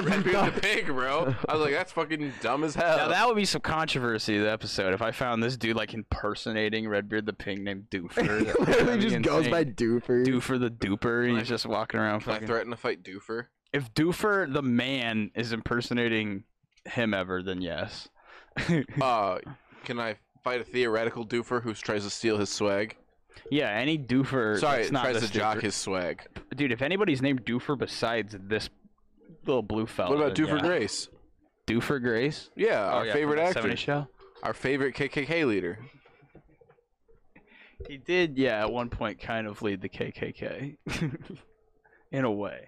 Speaker 4: Red Beard the Pig, bro. I was like, that's fucking dumb as hell.
Speaker 2: Now that would be some controversy. The episode if I found this dude like impersonating Redbeard the Pig named Doofer.
Speaker 3: He
Speaker 2: that would
Speaker 3: literally
Speaker 2: be
Speaker 3: just goes
Speaker 2: insane.
Speaker 3: by Doofer.
Speaker 2: Doofer the Duper.
Speaker 4: Can I-
Speaker 2: He's just walking around.
Speaker 4: Can I
Speaker 2: fucking-
Speaker 4: threaten to fight Doofer?
Speaker 2: If Doofer the man is impersonating him ever, then yes.
Speaker 4: Uh, can I fight a theoretical Doofer who tries to steal his swag?
Speaker 2: yeah, any Doofer.
Speaker 4: Sorry,
Speaker 2: that's not
Speaker 4: tries
Speaker 2: this
Speaker 4: to jock
Speaker 2: Doofer-
Speaker 4: his swag.
Speaker 2: Dude, if anybody's named Doofer besides this little blue fella,
Speaker 4: What about
Speaker 2: Oh, then
Speaker 4: Doofer
Speaker 2: yeah.
Speaker 4: Grace?
Speaker 2: Doofer Grace,
Speaker 4: Yeah,
Speaker 2: Oh,
Speaker 4: our
Speaker 2: yeah, from
Speaker 4: favorite
Speaker 2: the
Speaker 4: actor,
Speaker 2: 70s Show.
Speaker 4: our favorite KKK leader.
Speaker 2: He did, yeah, at one point kind of lead the KKK. In a way.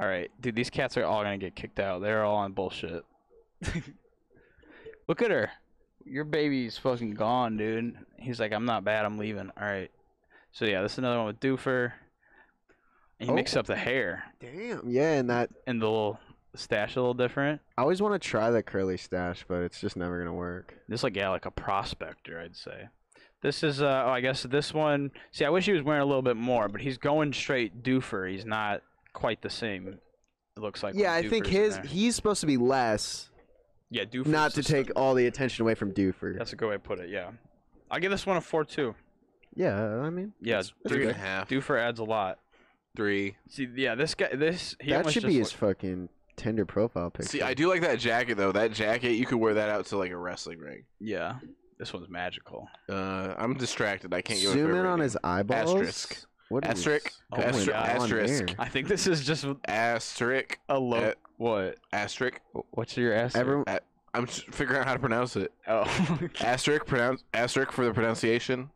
Speaker 2: All right, dude, these cats are all going to get kicked out. They're all on bullshit. Look at her. Your baby's fucking gone, dude. He's like, I'm not bad. I'm leaving. All right. So, yeah, this is another one with Doofer. And he
Speaker 3: Oh.
Speaker 2: mixed up the hair
Speaker 3: Damn. Yeah, and that
Speaker 2: and the little stash a little different.
Speaker 3: I always want to try that curly stash, but it's just never gonna work.
Speaker 2: This like yeah, like a prospector, I'd say. This is uh oh, I guess this one. See, I wish he was wearing a little bit more, but he's going straight doofer. He's not quite the same. It looks like.
Speaker 3: yeah,
Speaker 2: when
Speaker 3: I think
Speaker 2: Doofer's in
Speaker 3: his
Speaker 2: there.
Speaker 3: he's supposed to be less,
Speaker 2: yeah doofer.
Speaker 3: not to take all the attention away from Doofer.
Speaker 2: That's a good way to put it. Yeah, I give this one a four two.
Speaker 3: yeah, I mean
Speaker 2: Yeah,
Speaker 4: Three and a
Speaker 2: doofer,
Speaker 4: half,
Speaker 2: doofer adds a lot.
Speaker 4: three.
Speaker 2: See, yeah, this guy, this he
Speaker 3: that
Speaker 2: almost
Speaker 3: should
Speaker 2: just
Speaker 3: be his
Speaker 2: look-
Speaker 3: fucking Tinder profile picture.
Speaker 4: See, I do like that jacket though. That jacket, you could wear that out to like a wrestling ring.
Speaker 2: yeah, this one's magical.
Speaker 4: Uh, I'm distracted. I can't give
Speaker 3: zoom
Speaker 4: a fair
Speaker 3: in on
Speaker 4: rating.
Speaker 3: his eyeballs.
Speaker 4: Asterisk.
Speaker 3: What is
Speaker 4: Asterisk.
Speaker 2: Oh my
Speaker 3: going
Speaker 4: Aster-
Speaker 3: on
Speaker 4: asterisk.
Speaker 3: here?
Speaker 2: I think this is just
Speaker 4: Asterisk.
Speaker 2: a low.
Speaker 4: Uh,
Speaker 2: what?
Speaker 4: Asterisk.
Speaker 2: What's your ass?
Speaker 3: Everyone,
Speaker 4: I'm just figuring out how to pronounce it.
Speaker 2: Oh,
Speaker 4: Asterisk. Pronounce asterisk for the pronunciation.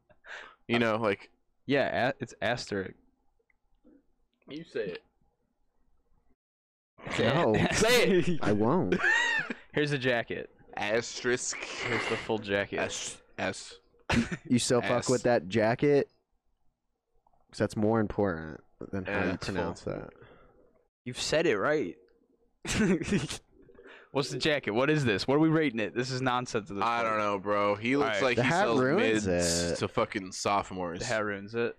Speaker 4: You know, like
Speaker 2: yeah, a- it's asterisk.
Speaker 4: you say it.
Speaker 3: No.
Speaker 2: Say it.
Speaker 3: I won't.
Speaker 2: Here's the jacket.
Speaker 4: Asterisk.
Speaker 2: Here's the full jacket.
Speaker 4: S S.
Speaker 3: You still fuck
Speaker 4: Ass.
Speaker 3: with that jacket? 'Cause that's more important than how you
Speaker 4: Asshole.
Speaker 3: pronounce that.
Speaker 2: You've said it right. What's the jacket? What is this? What are we rating it? This is nonsense. At this
Speaker 4: I don't
Speaker 2: point.
Speaker 4: know, bro. He looks
Speaker 2: Alright.
Speaker 4: like
Speaker 3: The
Speaker 4: he
Speaker 3: hat
Speaker 4: sells
Speaker 3: ruins
Speaker 4: mids
Speaker 3: it.
Speaker 4: to fucking sophomores.
Speaker 2: The hat ruins it.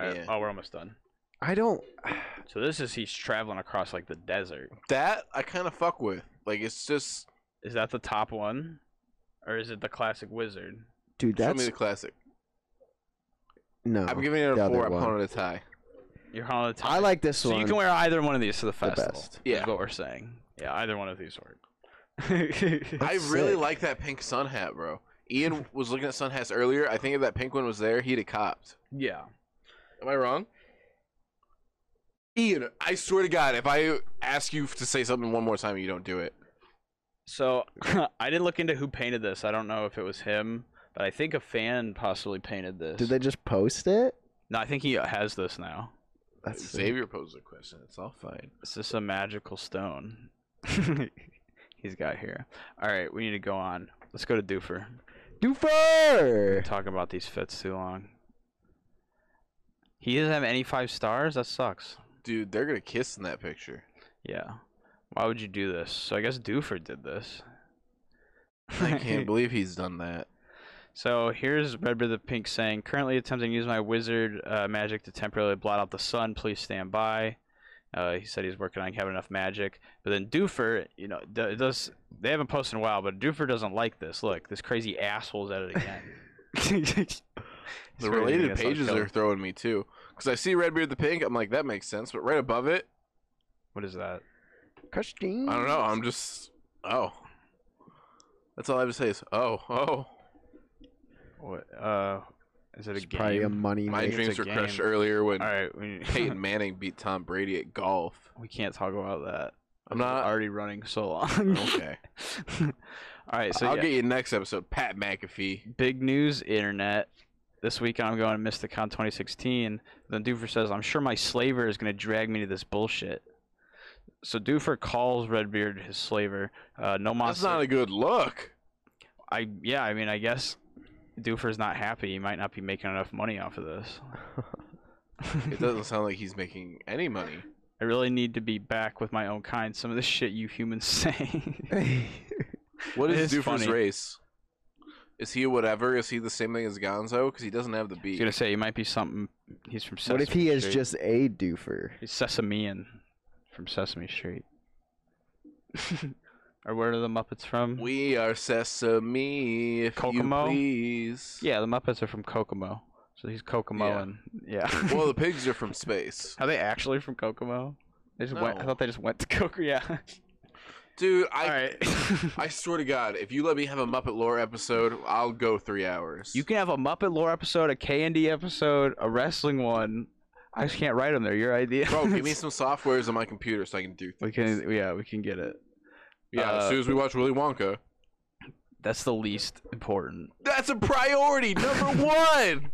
Speaker 2: Alright,
Speaker 4: Yeah.
Speaker 2: Oh, we're almost done.
Speaker 3: I don't.
Speaker 2: So this is he's traveling across like the desert.
Speaker 4: That I kind of fuck with. Like it's just
Speaker 2: Is that the top one, or is it the classic wizard?
Speaker 3: Dude,
Speaker 4: show me
Speaker 3: that's
Speaker 4: the classic.
Speaker 3: no.
Speaker 4: I'm giving it
Speaker 3: the
Speaker 4: a
Speaker 3: other
Speaker 4: four. I'm
Speaker 3: one.
Speaker 4: calling it a tie.
Speaker 2: You're on the top.
Speaker 3: I like this
Speaker 2: So
Speaker 3: one.
Speaker 2: you can wear either one of these to the
Speaker 3: the
Speaker 2: festival.
Speaker 3: best.
Speaker 2: Yeah,
Speaker 4: Yeah.
Speaker 2: what we're saying. Yeah, either one of these work.
Speaker 4: I really
Speaker 3: sick.
Speaker 4: like that pink sun hat, bro. Ian was looking at sun hats earlier. I think if that pink one was there, he'd have copped.
Speaker 2: yeah.
Speaker 4: Am I wrong? Ian, I swear to God, if I ask you to say something one more time and you don't do it,
Speaker 2: So I didn't look into who painted this. I don't know if it was him, but I think a fan possibly painted this.
Speaker 3: Did they just post it?
Speaker 2: No, I think he has this now.
Speaker 3: That's sick.
Speaker 4: Xavier posed a question. It's all fine.
Speaker 2: It's just a magical stone. He's got here. All right, we need to go on. Let's go to Doofer. We're
Speaker 3: Doofer.
Speaker 2: talking about these fits too long. He doesn't have any five stars. That sucks.
Speaker 4: Dude, they're gonna kiss in that picture.
Speaker 2: Yeah. Why would you do this? So I guess Doofer did this.
Speaker 4: I can't believe he's done that.
Speaker 2: So here's Redbeard the Pink saying, currently attempting to use my wizard uh, magic to temporarily blot out the sun. Please stand by. Uh, he said he's working on having enough magic. But then Doofer, you know, d- it does they haven't posted in a while, but Doofer doesn't like this. Look, this crazy asshole's at it again. He's
Speaker 4: The
Speaker 2: already
Speaker 4: related
Speaker 2: thinking it's
Speaker 4: pages
Speaker 2: on
Speaker 4: are
Speaker 2: color.
Speaker 4: throwing me too. Cause I see Redbeard the Pink, I'm like, that makes sense. But right above it,
Speaker 2: What is that?
Speaker 3: Christine.
Speaker 4: I don't know. I'm just oh. That's all I have to say is oh oh.
Speaker 2: What? Uh, is it a
Speaker 3: It's probably a
Speaker 2: game?
Speaker 3: money.
Speaker 4: My
Speaker 3: maker.
Speaker 2: dream-
Speaker 4: dreams
Speaker 2: a
Speaker 4: were crushed
Speaker 2: game.
Speaker 4: earlier when
Speaker 2: All right, we,
Speaker 4: Peyton Manning beat Tom Brady at golf.
Speaker 2: we can't talk about that.
Speaker 4: I'm
Speaker 2: We're
Speaker 4: not
Speaker 2: already running so long.
Speaker 4: okay.
Speaker 2: All right, so
Speaker 4: I'll
Speaker 2: yeah.
Speaker 4: get you next episode, Pat McAfee.
Speaker 2: Big news, internet. This week I'm going to MysticCon 2016. Then Doofer says, I'm sure my slaver is going to drag me to this bullshit. So Doofer calls Redbeard his slaver. Uh, no
Speaker 4: That's
Speaker 2: monster.
Speaker 4: not a good look.
Speaker 2: I yeah, I mean, I guess Doofer's not happy. He might not be making enough money off of this.
Speaker 4: It doesn't sound like he's making any money.
Speaker 2: I really need to be back with my own kind. Some of the shit you humans say.
Speaker 4: What
Speaker 2: It
Speaker 4: is
Speaker 2: is
Speaker 4: Doofer's
Speaker 2: funny.
Speaker 4: race? Is he whatever? Is he the same thing as Gonzo? Because he doesn't have the
Speaker 2: He's
Speaker 4: beak.
Speaker 2: gonna say he might be something. He's from. Sesame
Speaker 3: What if he is
Speaker 2: Street.
Speaker 3: just a doofer?
Speaker 2: He's Sesamean from Sesame Street. or where are the Muppets from?
Speaker 4: We are Sesame, if
Speaker 2: Kokomo?
Speaker 4: you please.
Speaker 2: yeah, the Muppets are from Kokomo. So he's Kokomo
Speaker 4: Yeah.
Speaker 2: and yeah.
Speaker 4: well, the pigs are from space,
Speaker 2: are they actually from Kokomo? They just went. I
Speaker 4: No.
Speaker 2: thought they just went to Kokomo. Yeah.
Speaker 4: dude.
Speaker 2: All
Speaker 4: I
Speaker 2: right.
Speaker 4: I swear to God, if you let me have a Muppet lore episode, I'll go three hours.
Speaker 2: you can have a Muppet lore episode, a K and D episode, a wrestling one. I just can't write them. They're your idea.
Speaker 4: bro, give me some softwares on my computer so I can do.
Speaker 2: we can. Yeah, we can get it.
Speaker 4: Yeah,
Speaker 2: Uh,
Speaker 4: as soon as we watch Willy Wonka,
Speaker 2: That's the least important.
Speaker 4: that's a priority number one.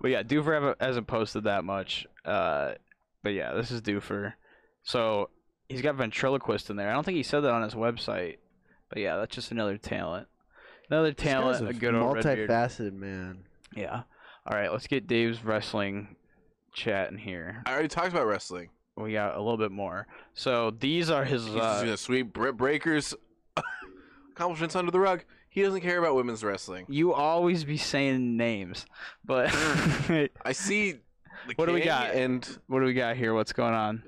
Speaker 2: But yeah, Doofer haven't- hasn't posted that much. Uh, but yeah, this is Doofer. So he's got ventriloquist in there. I don't think he said that on his website. But yeah, that's just another talent. Another
Speaker 3: Guy's
Speaker 2: talent, a good old Redbeard.
Speaker 3: multifaceted man.
Speaker 2: Yeah. All right, let's get Dave's wrestling chat in here.
Speaker 4: I already talked about wrestling.
Speaker 2: We got a little bit more. So these are his.
Speaker 4: He's just
Speaker 2: Uh,
Speaker 4: gonna sweep Britt Breaker's accomplishments under the rug. He doesn't care about women's wrestling.
Speaker 2: you always be saying names, but
Speaker 4: I see. the
Speaker 2: What do we
Speaker 4: king
Speaker 2: got?
Speaker 4: And
Speaker 2: what do we got here? What's going on?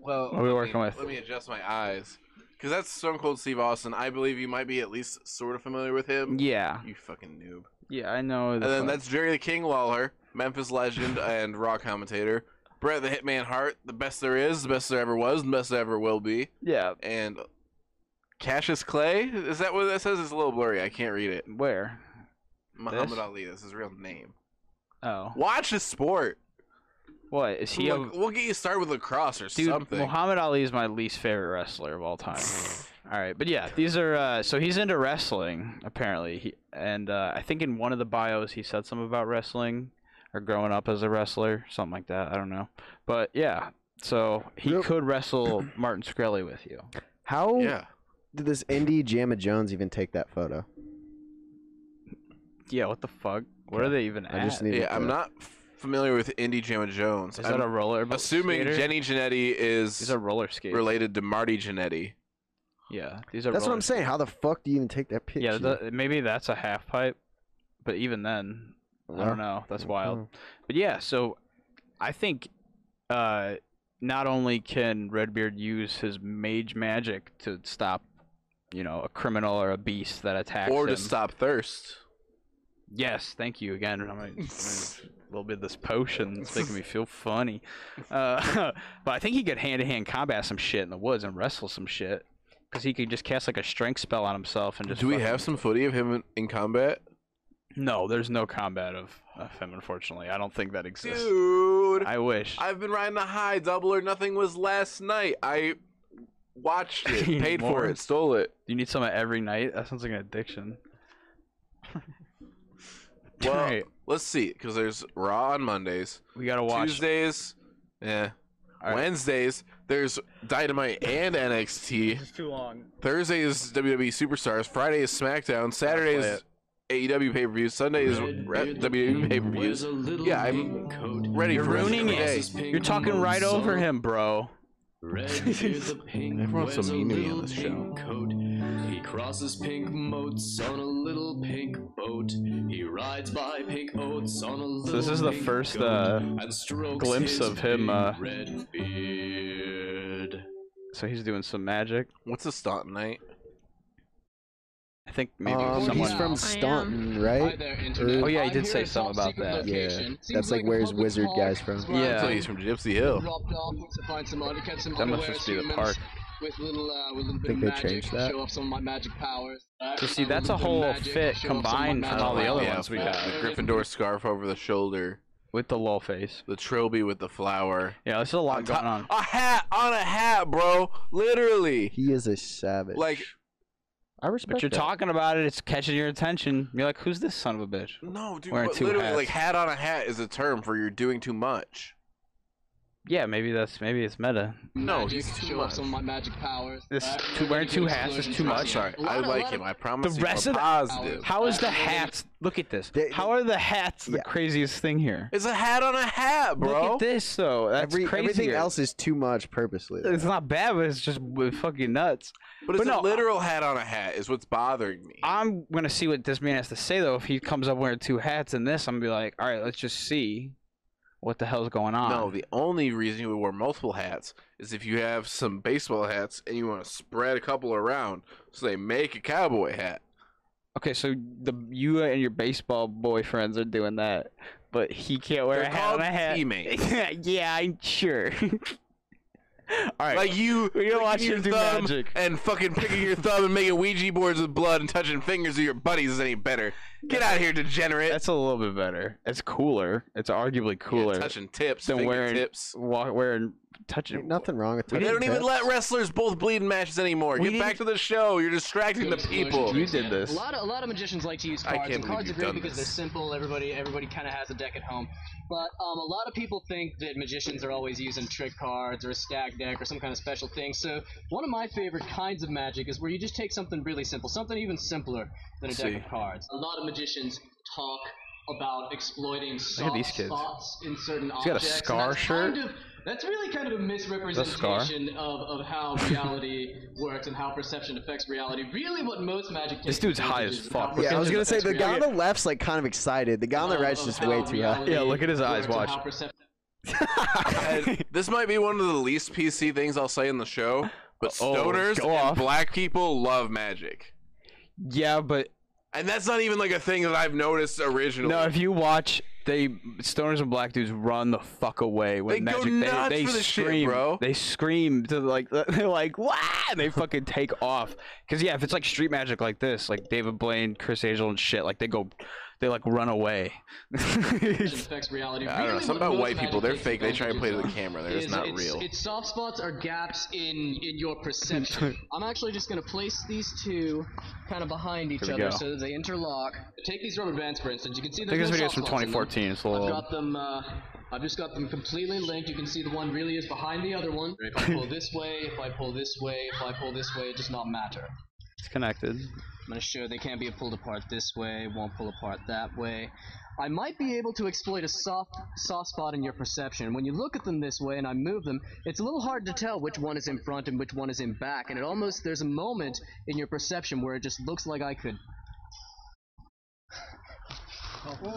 Speaker 4: well,
Speaker 2: What are we
Speaker 4: let
Speaker 2: working
Speaker 4: me,
Speaker 2: with?
Speaker 4: Let me adjust my eyes, because that's Stone Cold Steve Austin. I believe you might be at least sort of familiar with him.
Speaker 2: Yeah,
Speaker 4: You fucking noob.
Speaker 2: yeah, I know.
Speaker 4: And then that's Jerry the King Lawler, Memphis legend and Raw commentator. Brett the Hitman Hart, the best there is, the best there ever was, the best there ever will be.
Speaker 2: yeah.
Speaker 4: And Cassius Clay? Is that what that says? It's a little blurry. I can't read it.
Speaker 2: Where?
Speaker 4: Muhammad
Speaker 2: This?
Speaker 4: Ali, that's his real name.
Speaker 2: Oh,
Speaker 4: Watch the sport.
Speaker 2: what is he? a-
Speaker 4: Look, we'll get you started with lacrosse or
Speaker 2: Dude,
Speaker 4: something.
Speaker 2: Muhammad Ali is my least favorite wrestler of all time. all right, but yeah, these are uh, so he's into wrestling apparently, he, and uh, I think in one of the bios he said something about wrestling or growing up as a wrestler, something like that. I don't know, but yeah, so he
Speaker 3: Real-
Speaker 2: could wrestle Martin Shkreli with you.
Speaker 3: How
Speaker 4: yeah.
Speaker 3: did this indie Jamma Jones even take that photo?
Speaker 2: Yeah, what the fuck? What are they even at?
Speaker 3: I just need.
Speaker 4: Yeah, I'm
Speaker 3: to-
Speaker 4: not familiar with Indy Jamma Jones.
Speaker 2: is
Speaker 4: I'm
Speaker 2: that a roller?
Speaker 4: assuming
Speaker 2: skater?
Speaker 4: Jenny Janetti
Speaker 2: He's
Speaker 4: is
Speaker 2: a roller skater.
Speaker 4: related to Marty Janetti.
Speaker 2: yeah, these are.
Speaker 3: That's what
Speaker 2: roller
Speaker 3: I'm saying. How the fuck do you even take that picture?
Speaker 2: Yeah, th- maybe that's a half pipe, but even then, I
Speaker 3: Well,
Speaker 2: don't know. That's wild. But yeah, so I think uh, not only can Redbeard use his mage magic to stop, you know, a criminal or a beast that attacks
Speaker 4: Or
Speaker 2: him.
Speaker 4: to stop thirst.
Speaker 2: Yes, thank you again. I'm gonna- I'm gonna- a little bit of this potion. It's making me feel funny. Uh, but I think he could hand to hand combat some shit in the woods and wrestle some shit. Because he could just cast like a strength spell on himself and just.
Speaker 4: Do we
Speaker 2: fucking-
Speaker 4: have some footy of him in, in combat?
Speaker 2: No, there's no combat of, of him, unfortunately. I don't think that exists.
Speaker 4: Dude,
Speaker 2: I wish.
Speaker 4: I've been riding a high. Double or nothing was last night. I watched
Speaker 2: You
Speaker 4: it, paid for
Speaker 2: moron.
Speaker 4: it, stole it.
Speaker 2: you need some of every night? That sounds like an addiction.
Speaker 4: Well,
Speaker 2: Alright,
Speaker 4: let's see, because there's Raw on Mondays,
Speaker 2: we gotta watch.
Speaker 4: Tuesdays, yeah,
Speaker 2: Alright.
Speaker 4: Wednesdays. There's Dynamite and NXT.
Speaker 2: It's too long.
Speaker 4: Thursday is WWE Superstars. Friday is SmackDown. Saturday
Speaker 2: play
Speaker 4: is AEW pay per view. Sunday is Re- E
Speaker 2: Mm-hmm.
Speaker 4: WWE pay per views. Yeah, I'm ready
Speaker 2: You're
Speaker 4: for
Speaker 2: ruining
Speaker 4: wrestling.
Speaker 2: it. You're talking right over him, bro.
Speaker 1: Redbeard the pink
Speaker 4: Everyone's so
Speaker 1: wears a
Speaker 4: mean to me on
Speaker 1: little
Speaker 4: this
Speaker 1: pink coat. He crosses pink moats on a little pink boat. He rides by pink oats on a little.
Speaker 2: this is the
Speaker 1: pink
Speaker 2: first,
Speaker 1: goat
Speaker 2: uh,
Speaker 1: and strokes
Speaker 2: glimpse
Speaker 1: his
Speaker 2: of him,
Speaker 1: big
Speaker 2: uh,
Speaker 1: Red beard.
Speaker 2: So he's doing some magic.
Speaker 4: What's a stunt night?
Speaker 2: I think maybe
Speaker 3: Um,
Speaker 2: someone.
Speaker 3: he's from Staunton, right?
Speaker 2: Oh, yeah, he did say something about that.
Speaker 3: Yeah, that's like where's Wizard guys from?
Speaker 2: Yeah.
Speaker 4: So he's from Gypsy Hill.
Speaker 6: dropped off to find some to catch some
Speaker 2: That must
Speaker 6: unaware
Speaker 2: just be the
Speaker 6: humans
Speaker 2: park.
Speaker 6: With little, uh, with a little bit
Speaker 3: Think
Speaker 6: of
Speaker 3: they
Speaker 6: magic,
Speaker 3: changed that?
Speaker 6: show off some of my magic powers.
Speaker 2: So see, that's a whole fit combined from all the other
Speaker 4: Yeah,
Speaker 2: ones we
Speaker 4: the
Speaker 2: got
Speaker 4: Gryffindor scarf over the shoulder.
Speaker 2: with the lull face.
Speaker 4: the trilby with the flower.
Speaker 2: Yeah, there's a lot going on.
Speaker 4: A hat on a hat, bro. Literally.
Speaker 3: He is a savage.
Speaker 4: Like
Speaker 3: I respect.
Speaker 2: But you're
Speaker 3: that.
Speaker 2: talking about it. It's catching your attention. You're like, who's this son of a bitch?
Speaker 4: no, dude.
Speaker 2: Wearing
Speaker 4: But
Speaker 2: two
Speaker 4: literally,
Speaker 2: hats.
Speaker 4: like hat on a hat is a term for you're doing too much.
Speaker 2: yeah, maybe that's maybe it's meta.
Speaker 4: No,
Speaker 6: magic,
Speaker 4: he's too
Speaker 6: show
Speaker 4: much.
Speaker 6: off some of my magic powers.
Speaker 2: This-
Speaker 6: Alright,
Speaker 2: two-
Speaker 6: we're gonna
Speaker 2: wearing
Speaker 6: do
Speaker 2: two
Speaker 6: an
Speaker 2: hats is
Speaker 6: explosion
Speaker 2: too
Speaker 6: for
Speaker 4: I'm
Speaker 2: much.
Speaker 6: you.
Speaker 4: sorry.
Speaker 6: A lot
Speaker 4: I
Speaker 6: of-
Speaker 4: like
Speaker 6: lot
Speaker 4: him.
Speaker 6: of-
Speaker 4: I promise.
Speaker 2: The
Speaker 4: you,
Speaker 2: rest
Speaker 4: I'm
Speaker 2: of the-
Speaker 4: positive.
Speaker 2: How is the
Speaker 6: Absolutely.
Speaker 2: hats? Look at this.
Speaker 3: They-
Speaker 2: How are the hats the
Speaker 3: Yeah.
Speaker 2: craziest thing here?
Speaker 4: It's a hat on a hat, bro.
Speaker 2: Look at this though. That's
Speaker 3: Every-
Speaker 2: crazy.
Speaker 3: everything else is too much purposely. though.
Speaker 2: It's not bad, but it's just w- fucking nuts.
Speaker 4: But it's
Speaker 2: But no, uh,
Speaker 4: a literal hat on a hat is what's bothering me.
Speaker 2: I'm gonna see what this man has to say though. If he comes up wearing two hats in this, I'm gonna be like, all right, let's just see what the hell's going on.
Speaker 4: no, the only reason you would wear multiple hats is if you have some baseball hats and you want to spread a couple around so they make a cowboy hat.
Speaker 2: okay, so the you and your baseball boyfriends are doing that, but he can't wear
Speaker 4: They're
Speaker 2: a hat on
Speaker 4: called
Speaker 2: a hat.
Speaker 4: teammates.
Speaker 2: yeah, I'm sure. all right,
Speaker 4: Like you,
Speaker 2: We gotta
Speaker 4: picking
Speaker 2: watch him
Speaker 4: your
Speaker 2: do
Speaker 4: thumb
Speaker 2: magic.
Speaker 4: and fucking picking your thumb and making Ouija boards with blood and touching fingers of your buddies is any better. Get out of here, degenerate.
Speaker 2: that's a little bit better. It's cooler. It's arguably
Speaker 4: Yeah,
Speaker 2: cooler
Speaker 4: touching tips,
Speaker 2: than wearing
Speaker 4: fingertips.
Speaker 2: wa- wearing touching.
Speaker 3: Ain't nothing wrong with
Speaker 4: They
Speaker 3: touching
Speaker 4: don't even
Speaker 3: tips.
Speaker 4: let wrestlers both bleed in matches anymore.
Speaker 2: We
Speaker 4: Get back to
Speaker 2: didn't-
Speaker 4: the show. You're distracting the
Speaker 6: Explosion
Speaker 4: people.
Speaker 2: You
Speaker 6: tricks,
Speaker 2: did
Speaker 6: yeah.
Speaker 2: this.
Speaker 6: A lot of a lot of magicians like to use
Speaker 4: I
Speaker 6: cards,
Speaker 4: can't
Speaker 6: and
Speaker 4: believe
Speaker 6: cards are
Speaker 4: you've
Speaker 6: great
Speaker 4: done
Speaker 6: because
Speaker 4: this.
Speaker 6: they're simple. Everybody everybody kind of has a deck at home. But um, a lot of people think that magicians are always using trick cards or a stack deck or some kind of special thing. So one of my favorite kinds of magic is where you just take something really simple, something even simpler than a
Speaker 4: See.
Speaker 6: deck of cards. A lot of magicians talk about exploiting
Speaker 2: at
Speaker 6: soft
Speaker 2: these kids.
Speaker 6: spots in certain
Speaker 2: got a
Speaker 6: objects. and
Speaker 2: scar
Speaker 6: that's
Speaker 2: shirt.
Speaker 6: kind of- that's really kind of a
Speaker 2: scar.
Speaker 6: misrepresentation of, of how reality works and how perception affects reality. Really, what most magic
Speaker 2: This
Speaker 6: takes
Speaker 2: dude's
Speaker 6: advantage
Speaker 2: high as
Speaker 6: is
Speaker 2: fuck.
Speaker 6: how
Speaker 2: Look
Speaker 3: Yeah, I
Speaker 2: at
Speaker 3: was
Speaker 6: perception
Speaker 3: gonna say
Speaker 6: affects
Speaker 3: the guy on
Speaker 6: reality.
Speaker 3: the left's like kind of excited. The guy
Speaker 4: Oh,
Speaker 3: on the right's
Speaker 6: Of
Speaker 3: just
Speaker 6: how
Speaker 3: way too high.
Speaker 6: reality
Speaker 2: Yeah, look at his eyes,
Speaker 6: works and
Speaker 2: watch.
Speaker 6: how perception-
Speaker 4: And this might be one of the least PC things I'll say in the show, but
Speaker 2: Oh,
Speaker 4: stoners
Speaker 2: go
Speaker 4: and
Speaker 2: off.
Speaker 4: black people love magic.
Speaker 2: Yeah, but
Speaker 4: And that's not even like a thing that I've noticed originally.
Speaker 2: No, if you watch, they stoners and black dudes run the fuck away when
Speaker 4: They go
Speaker 2: magic.
Speaker 4: nuts
Speaker 2: they they
Speaker 4: for this shit,
Speaker 2: scream,
Speaker 4: bro.
Speaker 2: They scream to like they're like wah, and they fucking take off. Cause yeah, if it's like street magic like this, like David Blaine, Chris Angel, and shit, like they go, they like run away.
Speaker 6: perception affects reality.
Speaker 4: I don't know.
Speaker 6: Really
Speaker 4: Something
Speaker 6: what
Speaker 4: about
Speaker 6: most
Speaker 4: white people.
Speaker 6: magic
Speaker 4: They're
Speaker 6: takes
Speaker 4: fake. They try and play to the
Speaker 6: advantage of
Speaker 4: camera. They're just
Speaker 6: is
Speaker 4: not
Speaker 6: it's,
Speaker 4: real.
Speaker 6: It's soft spots are gaps in in your perception. I'm actually just gonna place these two kind of behind each
Speaker 2: Here we
Speaker 6: other
Speaker 2: go.
Speaker 6: so that they interlock. Take these rubber bands for instance. You can see
Speaker 2: I think
Speaker 6: there's
Speaker 2: this video
Speaker 6: no soft
Speaker 2: is from
Speaker 6: spots in
Speaker 2: 2014.
Speaker 6: them.
Speaker 2: It's a
Speaker 6: I've
Speaker 2: little.
Speaker 6: got them. Uh, I've just got them completely linked. You can see the one really is behind the other one. If I pull this way, if I pull this way, if I pull this way, it does not matter.
Speaker 2: It's connected.
Speaker 6: I'm gonna show they can't be pulled apart this way, won't pull apart that way. I might be able to exploit a soft soft spot in your perception. When you look at them this way and I move them, it's a little hard to tell which one is in front and which one is in back, and it almost there's a moment in your perception where it just looks like I could Go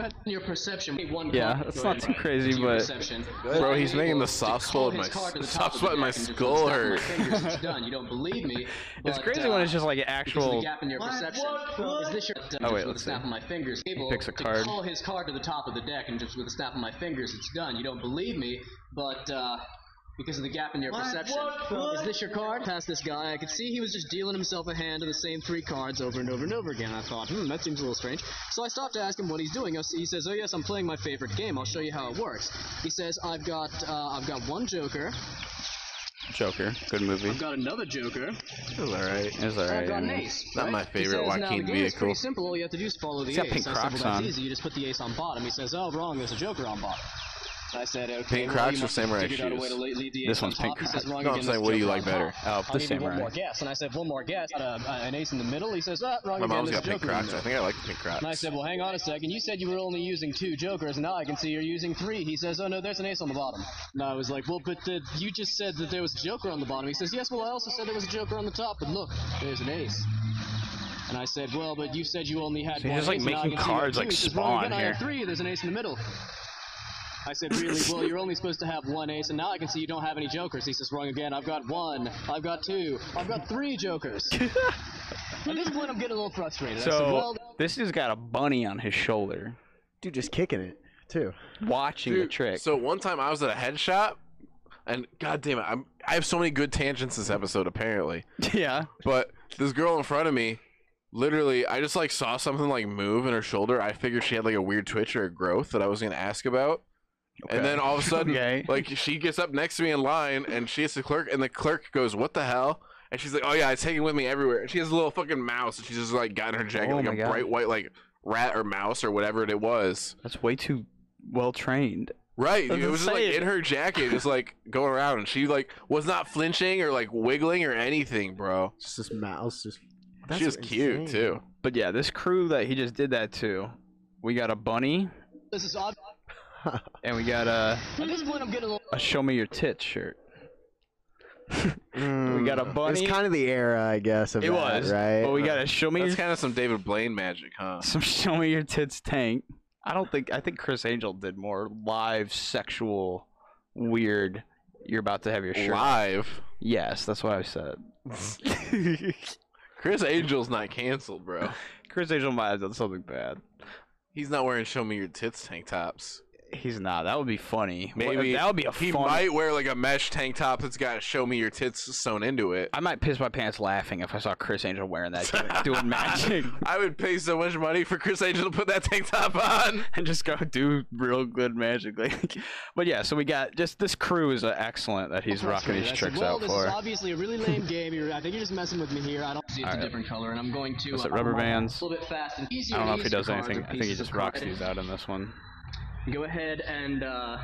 Speaker 6: ahead. your perception. One
Speaker 2: Yeah,
Speaker 6: card.
Speaker 2: that's
Speaker 6: Go
Speaker 2: not
Speaker 6: ahead,
Speaker 2: too
Speaker 6: Brian.
Speaker 2: crazy,
Speaker 6: It's your
Speaker 2: but-
Speaker 6: perception.
Speaker 4: Bro, he's
Speaker 6: I'm
Speaker 4: making
Speaker 6: able
Speaker 4: the
Speaker 6: to
Speaker 4: soft
Speaker 6: call
Speaker 4: swell in
Speaker 6: his
Speaker 4: my-
Speaker 6: card to the
Speaker 4: soft
Speaker 6: top of
Speaker 4: swell in
Speaker 6: the
Speaker 4: my
Speaker 6: deck and just
Speaker 4: skull
Speaker 6: put it down with
Speaker 4: hurts.
Speaker 6: my fingers. It's done. You don't believe me.
Speaker 2: It's
Speaker 6: but,
Speaker 2: crazy when it's
Speaker 6: uh,
Speaker 2: just like
Speaker 6: because of
Speaker 2: actual.
Speaker 6: the gap in your perception. Is this your
Speaker 2: Oh, wait,
Speaker 6: just with a
Speaker 2: let's
Speaker 6: snap
Speaker 2: see.
Speaker 6: of my fingers, able
Speaker 2: picks a
Speaker 6: to
Speaker 2: card.
Speaker 6: call his card to the top of the deck, and just with a snap of my fingers, it's done. You don't believe me, but uh, because of the gap in your perception, is this your card? Pass this guy. I could see he was just dealing himself a hand of the same three cards over and over and over again. I thought, hmm, that seems a little strange. So I stopped to ask him what he's doing. I s- He says, "Oh yes, I'm playing my favorite game. I'll show you how it works." He says, "I've got, uh, I've got one Joker.
Speaker 2: Joker, good movie.
Speaker 6: I've got another Joker."
Speaker 4: all right.
Speaker 2: It's
Speaker 6: I've
Speaker 2: alright. I
Speaker 6: got an
Speaker 2: mean,
Speaker 6: ace.
Speaker 4: Not
Speaker 6: right?
Speaker 4: my favorite
Speaker 6: he says,
Speaker 4: Joaquin
Speaker 6: now, the game is
Speaker 4: vehicle.
Speaker 6: pretty simple. All you have to do is follow the
Speaker 2: He's got
Speaker 6: ace.
Speaker 2: pink
Speaker 6: I said, well,
Speaker 2: Crocs
Speaker 6: that's
Speaker 2: on.
Speaker 6: easy. You just put the ace on bottom. He says, oh, wrong. There's a joker on bottom. And I said, okay.
Speaker 4: Pink
Speaker 6: well,
Speaker 4: Crocs or
Speaker 6: you must have
Speaker 4: samurai
Speaker 6: figured out a
Speaker 4: shoes?
Speaker 6: way to leave the ace
Speaker 2: This
Speaker 6: on
Speaker 2: one's pink
Speaker 6: top. He says,
Speaker 2: Crocs.
Speaker 6: wrong
Speaker 4: No, I'm
Speaker 6: again,
Speaker 4: saying,
Speaker 6: there's
Speaker 4: what do
Speaker 6: a
Speaker 4: you
Speaker 6: joker
Speaker 4: like
Speaker 6: on
Speaker 4: better?
Speaker 6: top.
Speaker 2: Oh,
Speaker 6: I'll
Speaker 2: the
Speaker 6: give you one
Speaker 2: samurai.
Speaker 6: more guess. And I said, one more guess. Got a, uh, an ace in the middle. He says, ah, wrong
Speaker 4: My
Speaker 6: again.
Speaker 4: mom's
Speaker 6: there's
Speaker 4: got
Speaker 6: a
Speaker 4: pink
Speaker 6: joker
Speaker 4: Crocs. I
Speaker 6: in the middle.
Speaker 4: think I like the pink
Speaker 6: And I
Speaker 4: Crocs.
Speaker 6: said, well, hang on a second. You said you were only using two jokers, and now I can see you're using three. He says, oh, no, there's an ace on the bottom. And I was like, well, but the, you just said that there was a joker on the bottom. He says, yes, well, I also said there was a joker on the top, but look, there's an ace. And I said, well, but you said you only had
Speaker 2: So
Speaker 6: one
Speaker 2: you're just, like,
Speaker 6: ace, and now I
Speaker 2: making
Speaker 6: can see you have
Speaker 2: cards,
Speaker 6: two.
Speaker 2: like,
Speaker 6: He says, wrong
Speaker 2: Spawn
Speaker 6: again. I have
Speaker 2: here.
Speaker 6: three. There's an ace in the middle. I said, really? Well, you're only supposed to have one ace, and now I can see you don't have any jokers. He says, wrong again. I've got one. I've got two. I've got three jokers. At this point, I'm getting a little frustrated. I said,
Speaker 2: So
Speaker 6: well,
Speaker 2: this dude's got a bunny on his shoulder,
Speaker 3: Dude, just kicking it too.
Speaker 2: watching the
Speaker 4: Dude,
Speaker 2: trick.
Speaker 4: So one time I was at a head shop, and god damn it, I'm I have so many good tangents this episode apparently.
Speaker 2: yeah.
Speaker 4: But this girl in front of me, literally, I just like saw something like move in her shoulder. I figured she had like a weird twitch or a growth that I was gonna ask about. And then all of a sudden,
Speaker 2: Okay.
Speaker 4: like she gets up next to me in line, and she has the clerk, and the clerk goes, "What the hell?" And she's like, "Oh yeah, I take it with me everywhere." And she has a little fucking mouse, and she's just like got in her jacket
Speaker 2: Oh
Speaker 4: like
Speaker 2: my
Speaker 4: a
Speaker 2: God.
Speaker 4: bright white like rat or mouse or whatever it was.
Speaker 2: That's way too well trained.
Speaker 4: Right. It
Speaker 2: That's
Speaker 4: was just like
Speaker 2: insane.
Speaker 4: in her jacket, just like going around, and she like was not flinching or like wiggling or anything, bro.
Speaker 3: Just this mouse. Just
Speaker 4: she was cute
Speaker 3: insane.
Speaker 4: too.
Speaker 2: But yeah, this crew that he just did that to, we got a bunny
Speaker 6: This is odd.
Speaker 2: and we got a,
Speaker 6: At this point, I'm getting a little.
Speaker 2: a show me your tits shirt. we got a bunny.
Speaker 3: Mm. It's kind of the era, I guess. Of
Speaker 2: it
Speaker 3: that,
Speaker 2: was
Speaker 3: right.
Speaker 2: But we got a show me your
Speaker 4: That's kind of some David Blaine magic, huh?
Speaker 2: some show me your tits tank. I don't think I think Chris Angel did more live sexual weird. You're about to have your shirt.
Speaker 4: Live.
Speaker 2: Yes, that's what I said.
Speaker 4: Chris Angel's not canceled, bro.
Speaker 2: Chris Angel might have done something bad.
Speaker 4: He's not wearing show me your tits tank tops.
Speaker 2: He's not. That would be funny. What-
Speaker 4: Maybe
Speaker 2: that would be a
Speaker 4: He
Speaker 2: fun.
Speaker 4: might wear like a mesh tank top that's got show me your tits sewn into it.
Speaker 2: I might piss my pants laughing if I saw Chris Angel wearing that, doing, doing magic,
Speaker 4: I would pay so much money for Chris Angel to put that tank top on.
Speaker 2: and just go do real good magic. Like, but yeah, so we got just this crew is uh, excellent that he's rocking
Speaker 6: I
Speaker 2: these
Speaker 6: said,
Speaker 2: tricks
Speaker 6: well,
Speaker 2: out
Speaker 6: this
Speaker 2: for.
Speaker 6: is obviously a really lame game. You're, I think you're just messing with me here. I don't see it's
Speaker 2: All
Speaker 6: a
Speaker 2: right.
Speaker 6: different color, and I'm going to.
Speaker 2: Is
Speaker 6: uh,
Speaker 2: it rubber bands?
Speaker 6: A little bit fast and easy.
Speaker 2: I don't know if he
Speaker 6: to
Speaker 2: does
Speaker 6: use cards or
Speaker 2: anything. I think he
Speaker 6: pieces
Speaker 2: just
Speaker 6: of
Speaker 2: rocks
Speaker 6: cards.
Speaker 2: these out in this one.
Speaker 6: Go ahead and uh,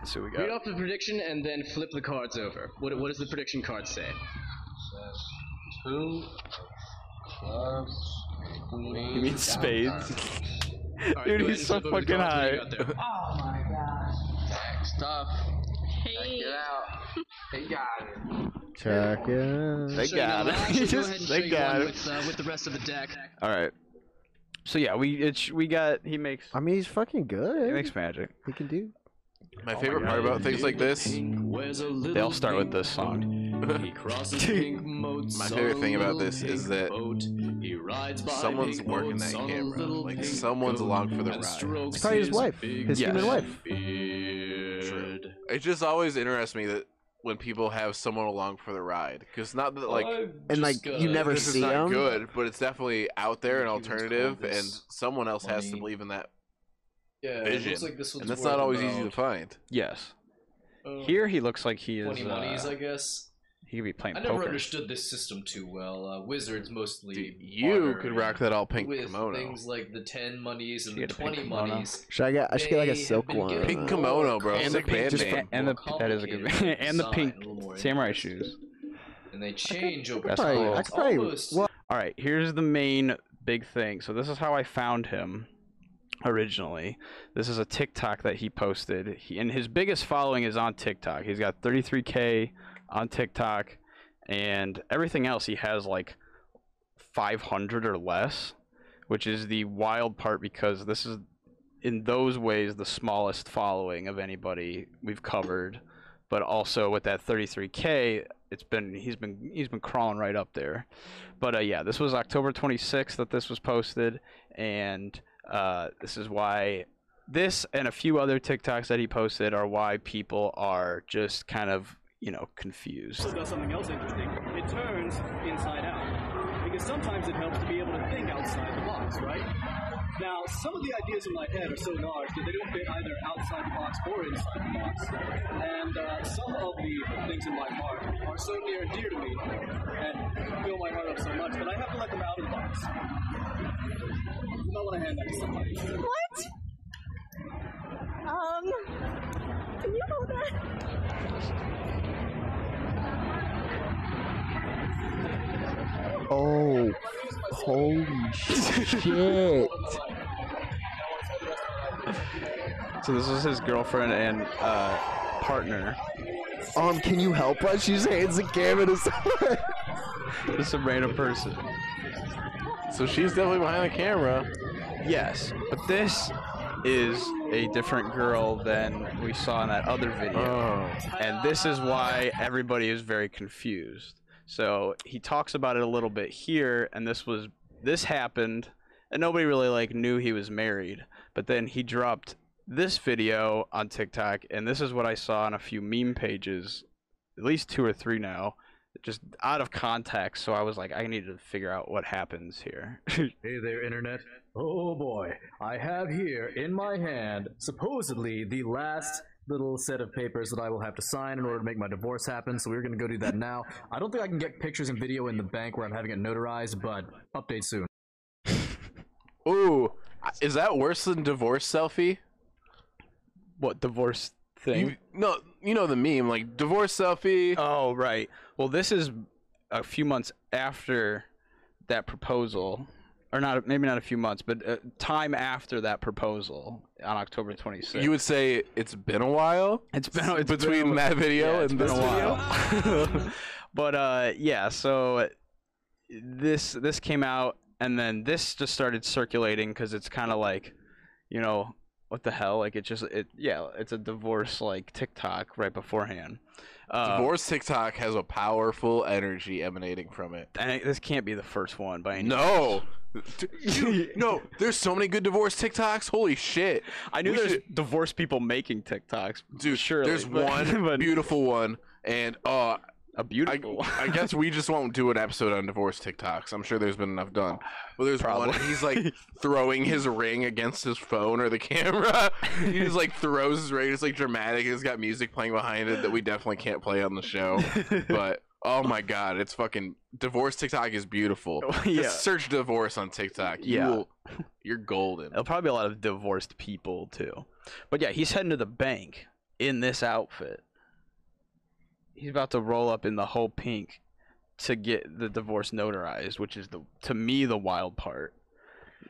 Speaker 2: Let's see what we
Speaker 6: read
Speaker 2: got.
Speaker 6: off the prediction and then flip the cards over. What, what does the prediction card say?
Speaker 5: Two clubs.
Speaker 2: He means spades.
Speaker 6: All right,
Speaker 2: Dude,
Speaker 6: go ahead
Speaker 2: he's
Speaker 6: and
Speaker 2: so
Speaker 6: flip over the
Speaker 2: fucking
Speaker 6: cards. What do you
Speaker 2: high.
Speaker 6: got there?
Speaker 5: Oh my god.
Speaker 7: Stop. Hey.
Speaker 5: Get out. They got it.
Speaker 3: Check it.
Speaker 2: They
Speaker 6: So, you know,
Speaker 2: got
Speaker 6: I'll actually
Speaker 2: it.
Speaker 6: go ahead and
Speaker 2: Just,
Speaker 6: show
Speaker 2: they
Speaker 6: you one
Speaker 2: got it.
Speaker 6: With, uh, with the rest of the deck.
Speaker 2: All right. So yeah, we it's we got he makes
Speaker 3: I mean, he's fucking
Speaker 2: he
Speaker 3: good.
Speaker 2: makes magic.
Speaker 3: He can do.
Speaker 2: Oh
Speaker 4: My favorite part about things like this,
Speaker 2: They all start with this song.
Speaker 4: My
Speaker 1: My
Speaker 4: favorite thing about this is that someone's working that camera. Like, someone's along for the ride.
Speaker 1: It's
Speaker 3: probably his wife, his
Speaker 2: human
Speaker 3: wife.
Speaker 4: it just always interests me that when people have someone along for the ride, because not that like
Speaker 3: And like you never
Speaker 4: this is
Speaker 3: see
Speaker 4: not
Speaker 3: him.
Speaker 4: good, but it's definitely out there an
Speaker 1: Like, he was
Speaker 4: alternative,
Speaker 1: told
Speaker 4: and
Speaker 1: this
Speaker 4: someone else has to
Speaker 1: money.
Speaker 4: believe in that,
Speaker 1: Yeah,
Speaker 4: it looks vision. like and that's not always easy to find.
Speaker 2: Yes. Here he looks like he is.
Speaker 1: uh, monies,
Speaker 2: uh,
Speaker 1: I guess.
Speaker 2: he could be playing
Speaker 1: I never
Speaker 2: poker.
Speaker 1: understood this system too well. Uh, wizards mostly.
Speaker 4: Dude, you
Speaker 1: barter
Speaker 4: could
Speaker 1: and-
Speaker 4: rock that all pink
Speaker 1: with
Speaker 4: kimono.
Speaker 1: things like the ten monies and
Speaker 2: Should
Speaker 1: the
Speaker 2: get a pink
Speaker 1: twenty
Speaker 2: kimono.
Speaker 1: monies.
Speaker 3: Should I get? I should get like a
Speaker 1: They have
Speaker 3: silk
Speaker 1: been
Speaker 3: one.
Speaker 1: getting
Speaker 4: Pink
Speaker 1: more
Speaker 4: kimono, bro.
Speaker 1: complicated
Speaker 2: And the
Speaker 4: Sick band
Speaker 2: pink,
Speaker 4: name.
Speaker 1: more
Speaker 2: and the that is a good
Speaker 1: complicated
Speaker 2: and the
Speaker 1: design,
Speaker 2: pink
Speaker 1: a little more
Speaker 2: samurai
Speaker 1: interesting.
Speaker 2: shoes.
Speaker 1: And they change over
Speaker 2: That's
Speaker 1: time.
Speaker 2: cool.
Speaker 3: Probably, I
Speaker 1: It's
Speaker 3: could probably.
Speaker 1: almost-
Speaker 3: Well,
Speaker 2: All right, here's the main big thing. So this is how I found him originally. This is a TikTok that he posted. He, and his biggest following is on TikTok. He's got 33k on TikTok and everything else he has like 500 or less, which is the wild part because this is in those ways the smallest following of anybody we've covered. But also with that 33k, it's been he's been he's been crawling right up there. But uh, yeah, this was October 26th that this was posted, and uh, this is why this and a few other TikToks that he posted are why people are just kind of you know confused.
Speaker 8: also does something else interesting. It turns inside out. Because sometimes it helps to be able to think outside the box, right? Now, some of the ideas in my head are so large that they don't fit either outside the box or inside the box. And uh, some of the things in my heart are so near and dear to me and fill my heart up so much that I have to let them out of the box. I want to hand that to somebody.
Speaker 9: What? Um, can you hold that?
Speaker 3: oh, holy shit!
Speaker 2: So this was his girlfriend and uh, partner.
Speaker 3: Um, can you help us? She just hands the camera to someone.
Speaker 2: Just a random person.
Speaker 4: So she's definitely behind the camera.
Speaker 2: Yes, but this is a different girl than we saw in that other video. and this is why everybody is very confused. So he talks about it a little bit here, and this was this happened, and nobody really like knew he was married. But then he dropped this video on TikTok, and this is what I saw on a few meme pages, at least two or three now, just out of context. So I was like, I need to figure out what happens here.
Speaker 10: Hey there, Internet. Oh boy, I have here in my hand supposedly the last little set of papers that I will have to sign in order to make my divorce happen, so we're gonna go do that now. I don't think I can get pictures and video in the bank where I'm having it notarized, but update soon.
Speaker 4: Ooh, is that worse than divorce selfie?
Speaker 2: What divorce thing?
Speaker 4: You, no, you know the meme, like divorce selfie.
Speaker 2: Oh right. Well, this is a few months after that proposal, or not? Maybe not a few months, but uh, time after that proposal on October 26th.
Speaker 4: You would say it's been a while.
Speaker 2: It's been it's been
Speaker 4: between
Speaker 2: a-
Speaker 4: that video
Speaker 2: yeah, it's
Speaker 4: and
Speaker 2: been
Speaker 4: this
Speaker 2: a
Speaker 4: video.
Speaker 2: while. but uh, yeah, so this this came out, and then this just started circulating because it's kind of like, you know, what the hell? Like it just it yeah, it's a divorce like TikTok right beforehand. Uh,
Speaker 4: Divorce TikTok has a powerful energy emanating from it.
Speaker 2: and it- this can't be the first one by any.
Speaker 4: No. Dude, no, there's so many good divorce TikToks. Holy shit.
Speaker 2: I knew
Speaker 4: We
Speaker 2: there's
Speaker 4: should-
Speaker 2: divorce people making TikToks.
Speaker 4: dude,
Speaker 2: surely,
Speaker 4: there's
Speaker 2: but-
Speaker 4: one
Speaker 2: but
Speaker 4: beautiful one and uh
Speaker 2: a
Speaker 4: I,
Speaker 2: beautiful. one.
Speaker 4: I guess we just won't do an episode on divorce TikToks. I'm sure there's been enough done. But there's one.
Speaker 2: Probably.
Speaker 4: He's like throwing his ring against his phone or the camera. he just like throws his ring. It's like dramatic. It's got music playing behind it that we definitely can't play on the show. but oh my god, it's fucking divorce TikTok is beautiful.
Speaker 2: Oh, Yeah.
Speaker 4: Just search divorce on TikTok. You
Speaker 2: Yeah. Oh.
Speaker 4: will, you're golden.
Speaker 2: It'll probably be a lot of divorced people too. But yeah, he's heading to the bank in this outfit. He's about to roll up in the whole pink to get the divorce notarized, which is the to me the wild part.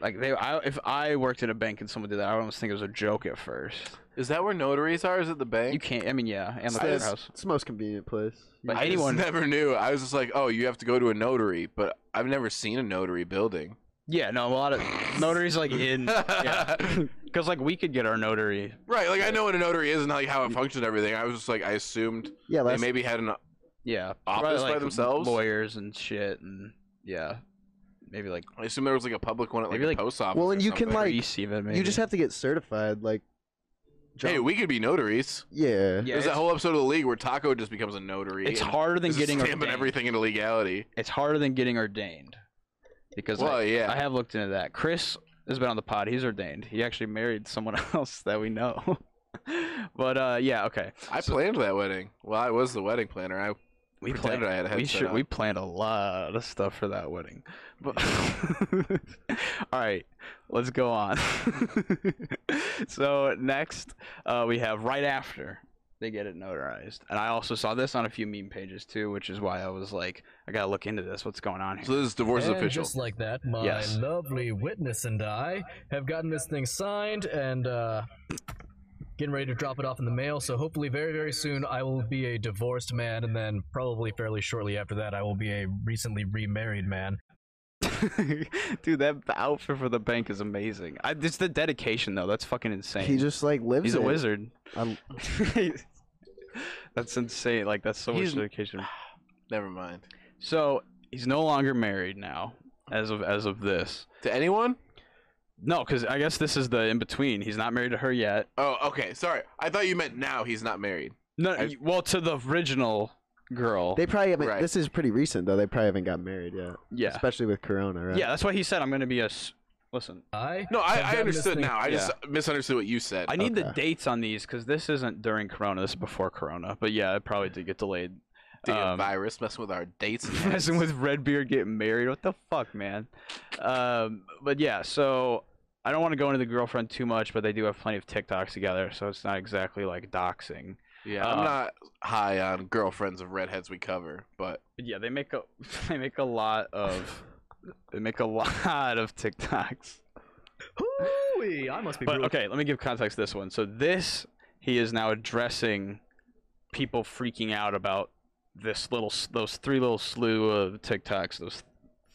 Speaker 2: Like they, I, if I worked in a bank and someone did that, I would almost think it was a joke at first.
Speaker 4: Is that where notaries are? Is it the bank?
Speaker 2: You can't. I mean, yeah, and the
Speaker 3: It's-
Speaker 2: courthouse.
Speaker 3: It's the most convenient place.
Speaker 2: But
Speaker 4: I just
Speaker 2: anyone,
Speaker 4: never knew. I was just like, oh, you have to go to a notary, but I've never seen a notary building.
Speaker 2: yeah, no, a lot of notaries like in, yeah, because like we could get our notary.
Speaker 4: Right, like I know what a notary is and like how it functions and everything. I was just like, I assumed
Speaker 3: Yeah,
Speaker 4: they
Speaker 3: last
Speaker 4: maybe had an.
Speaker 2: Yeah,
Speaker 4: Office
Speaker 2: probably,
Speaker 4: by themselves?
Speaker 2: lawyers and shit, and yeah, maybe like
Speaker 4: I assume there was like a public one at like,
Speaker 2: Maybe,
Speaker 4: a
Speaker 2: like-
Speaker 4: post office.
Speaker 3: Well,
Speaker 4: or
Speaker 3: and you can,
Speaker 4: something.
Speaker 3: like,
Speaker 2: grease even. Maybe.
Speaker 3: you just have to get certified. Like,
Speaker 4: hey, we could be notaries.
Speaker 3: yeah.
Speaker 2: Yeah,
Speaker 4: There's that
Speaker 2: it's-
Speaker 4: whole episode of the league where Taco just becomes a notary.
Speaker 2: It's
Speaker 4: and
Speaker 2: harder than
Speaker 4: is
Speaker 2: getting
Speaker 4: stamping
Speaker 2: ordained.
Speaker 4: everything into legality.
Speaker 2: It's harder than getting ordained because
Speaker 4: Well,
Speaker 2: I,
Speaker 4: yeah.
Speaker 2: I have looked into that. Chris has been on the pod. He's ordained. He actually married someone else that we know. but uh, yeah, okay.
Speaker 4: I planned that wedding. Well, I was the wedding planner. I
Speaker 2: We
Speaker 4: Pretended I had a
Speaker 2: we
Speaker 4: headset
Speaker 2: should.
Speaker 4: on.
Speaker 2: We planned a lot of stuff for that wedding. But all right, let's go on. so next, uh, we have right after they get it notarized, and I also saw this on a few meme pages too, which is why I was like, I gotta look into this. What's going on here?
Speaker 4: so this divorce is
Speaker 10: and
Speaker 4: official.
Speaker 10: just like that, my
Speaker 2: Yes.
Speaker 10: lovely witness and I have gotten this thing signed and uh, getting ready to drop it off in the mail. So hopefully, very very soon, I will be a divorced man, and then probably fairly shortly after that, I will be a recently remarried man.
Speaker 2: Dude, that outfit for the bank is amazing. I, it's the dedication though. That's fucking insane.
Speaker 3: He just like lives.
Speaker 2: He's a
Speaker 3: it.
Speaker 2: wizard.
Speaker 3: I'm-
Speaker 2: that's insane. Like that's so much
Speaker 4: He's-
Speaker 2: dedication.
Speaker 4: Never mind.
Speaker 2: So he's no longer married now, as of as of this.
Speaker 4: To anyone?
Speaker 2: No, because I guess this is the in between. He's not married to her yet.
Speaker 4: Oh, okay. Sorry. I thought you meant now he's not married.
Speaker 2: No,
Speaker 4: I-
Speaker 2: well, to the original girl.
Speaker 3: They probably haven't.
Speaker 4: Right.
Speaker 3: This is pretty recent though. They probably haven't got married yet.
Speaker 2: yeah,
Speaker 3: Especially with Corona, right?
Speaker 2: yeah. That's why he said I'm gonna be a. s- Listen,
Speaker 10: I
Speaker 4: No,
Speaker 10: have
Speaker 4: I, I
Speaker 10: gotten this
Speaker 4: understood
Speaker 10: thing-
Speaker 4: now. I just misunderstood what you said.
Speaker 2: I need the
Speaker 3: Okay.
Speaker 2: dates on these because this isn't during Corona. This is before Corona. But yeah, it probably did get delayed.
Speaker 4: Damn
Speaker 2: Um,
Speaker 4: virus messing with our dates. and
Speaker 2: messing
Speaker 4: lives.
Speaker 2: with Redbeard getting married. What the fuck, man? Um, but yeah, so I don't want to go into the girlfriend too much, but they do have plenty of TikToks together, so it's not exactly like doxing.
Speaker 4: Yeah,
Speaker 2: Uh,
Speaker 4: I'm not high on girlfriends of redheads we cover, but
Speaker 2: But yeah, they make a they make a lot of they make a lot of TikToks.
Speaker 10: Hooey, I must be.
Speaker 2: But
Speaker 10: brutal.
Speaker 2: okay, let me give context to this one. So this he is now addressing people freaking out about this little s- those three little slew of TikToks, those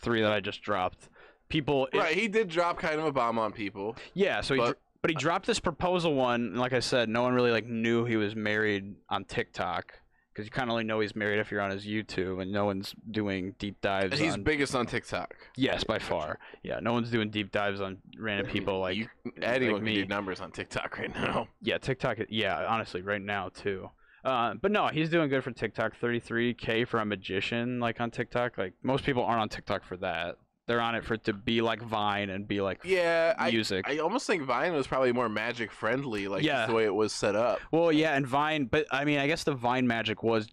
Speaker 2: three that I just dropped. People it-
Speaker 4: right, he did drop kind of a bomb on people.
Speaker 2: Yeah, so he
Speaker 4: But-
Speaker 2: dr- but he dropped this proposal one, and like I said, no one really like knew he was married on TikTok because you kind of only know he's married if you're on his YouTube, and no one's doing deep dives.
Speaker 4: He's
Speaker 2: on,
Speaker 4: biggest on TikTok.
Speaker 2: yes, by far. Yeah, no one's doing deep dives on random people like
Speaker 4: you, anyone
Speaker 2: like
Speaker 4: can
Speaker 2: me.
Speaker 4: do numbers on TikTok right now.
Speaker 2: yeah TikTok. Yeah, honestly, right now too. Uh, but no, he's doing good for TikTok. 33k for a magician, like on TikTok. Like most people aren't on TikTok for that. They're on it for it to be like Vine and be like
Speaker 4: Yeah, I,
Speaker 2: music.
Speaker 4: I almost think Vine was probably more magic friendly, like
Speaker 2: Yeah.
Speaker 4: just the way it was set up.
Speaker 2: Well, yeah, and Vine, but I mean, I guess the Vine magic was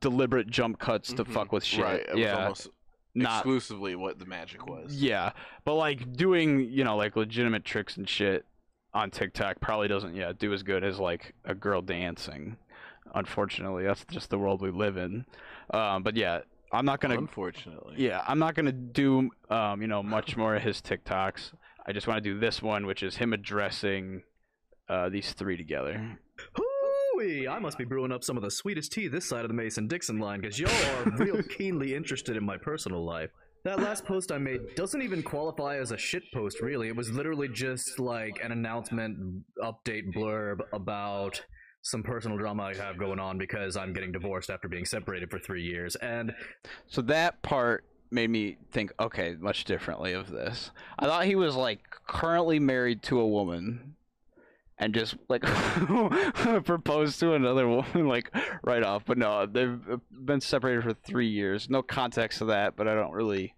Speaker 2: deliberate jump cuts to
Speaker 4: Mhm.
Speaker 2: fuck with shit.
Speaker 4: Right, it was
Speaker 2: yeah,
Speaker 4: almost
Speaker 2: not.
Speaker 4: exclusively what the magic was.
Speaker 2: Yeah, but like doing, you know, like legitimate tricks and shit on TikTok probably doesn't yeah do as good as like a girl dancing. Unfortunately, that's just the world we live in. Um, but yeah, I'm not gonna
Speaker 4: Unfortunately.
Speaker 2: yeah I'm not gonna do um, you know much more of his TikToks. I just want to do this one, which is him addressing uh, these three together.
Speaker 10: Hooey! I must be brewing up some of the sweetest tea this side of the Mason Dixon line because y'all are real keenly interested in my personal life. That last post I made doesn't even qualify as a shit post, really. It was literally just like an announcement update blurb about some personal drama I have going on because I'm getting divorced after being separated for three years. And
Speaker 2: So that part made me think, okay, much differently of this. I thought he was like currently married to a woman and just like proposed to another woman like right off. But no, they've been separated for three years. No context to that, but I don't really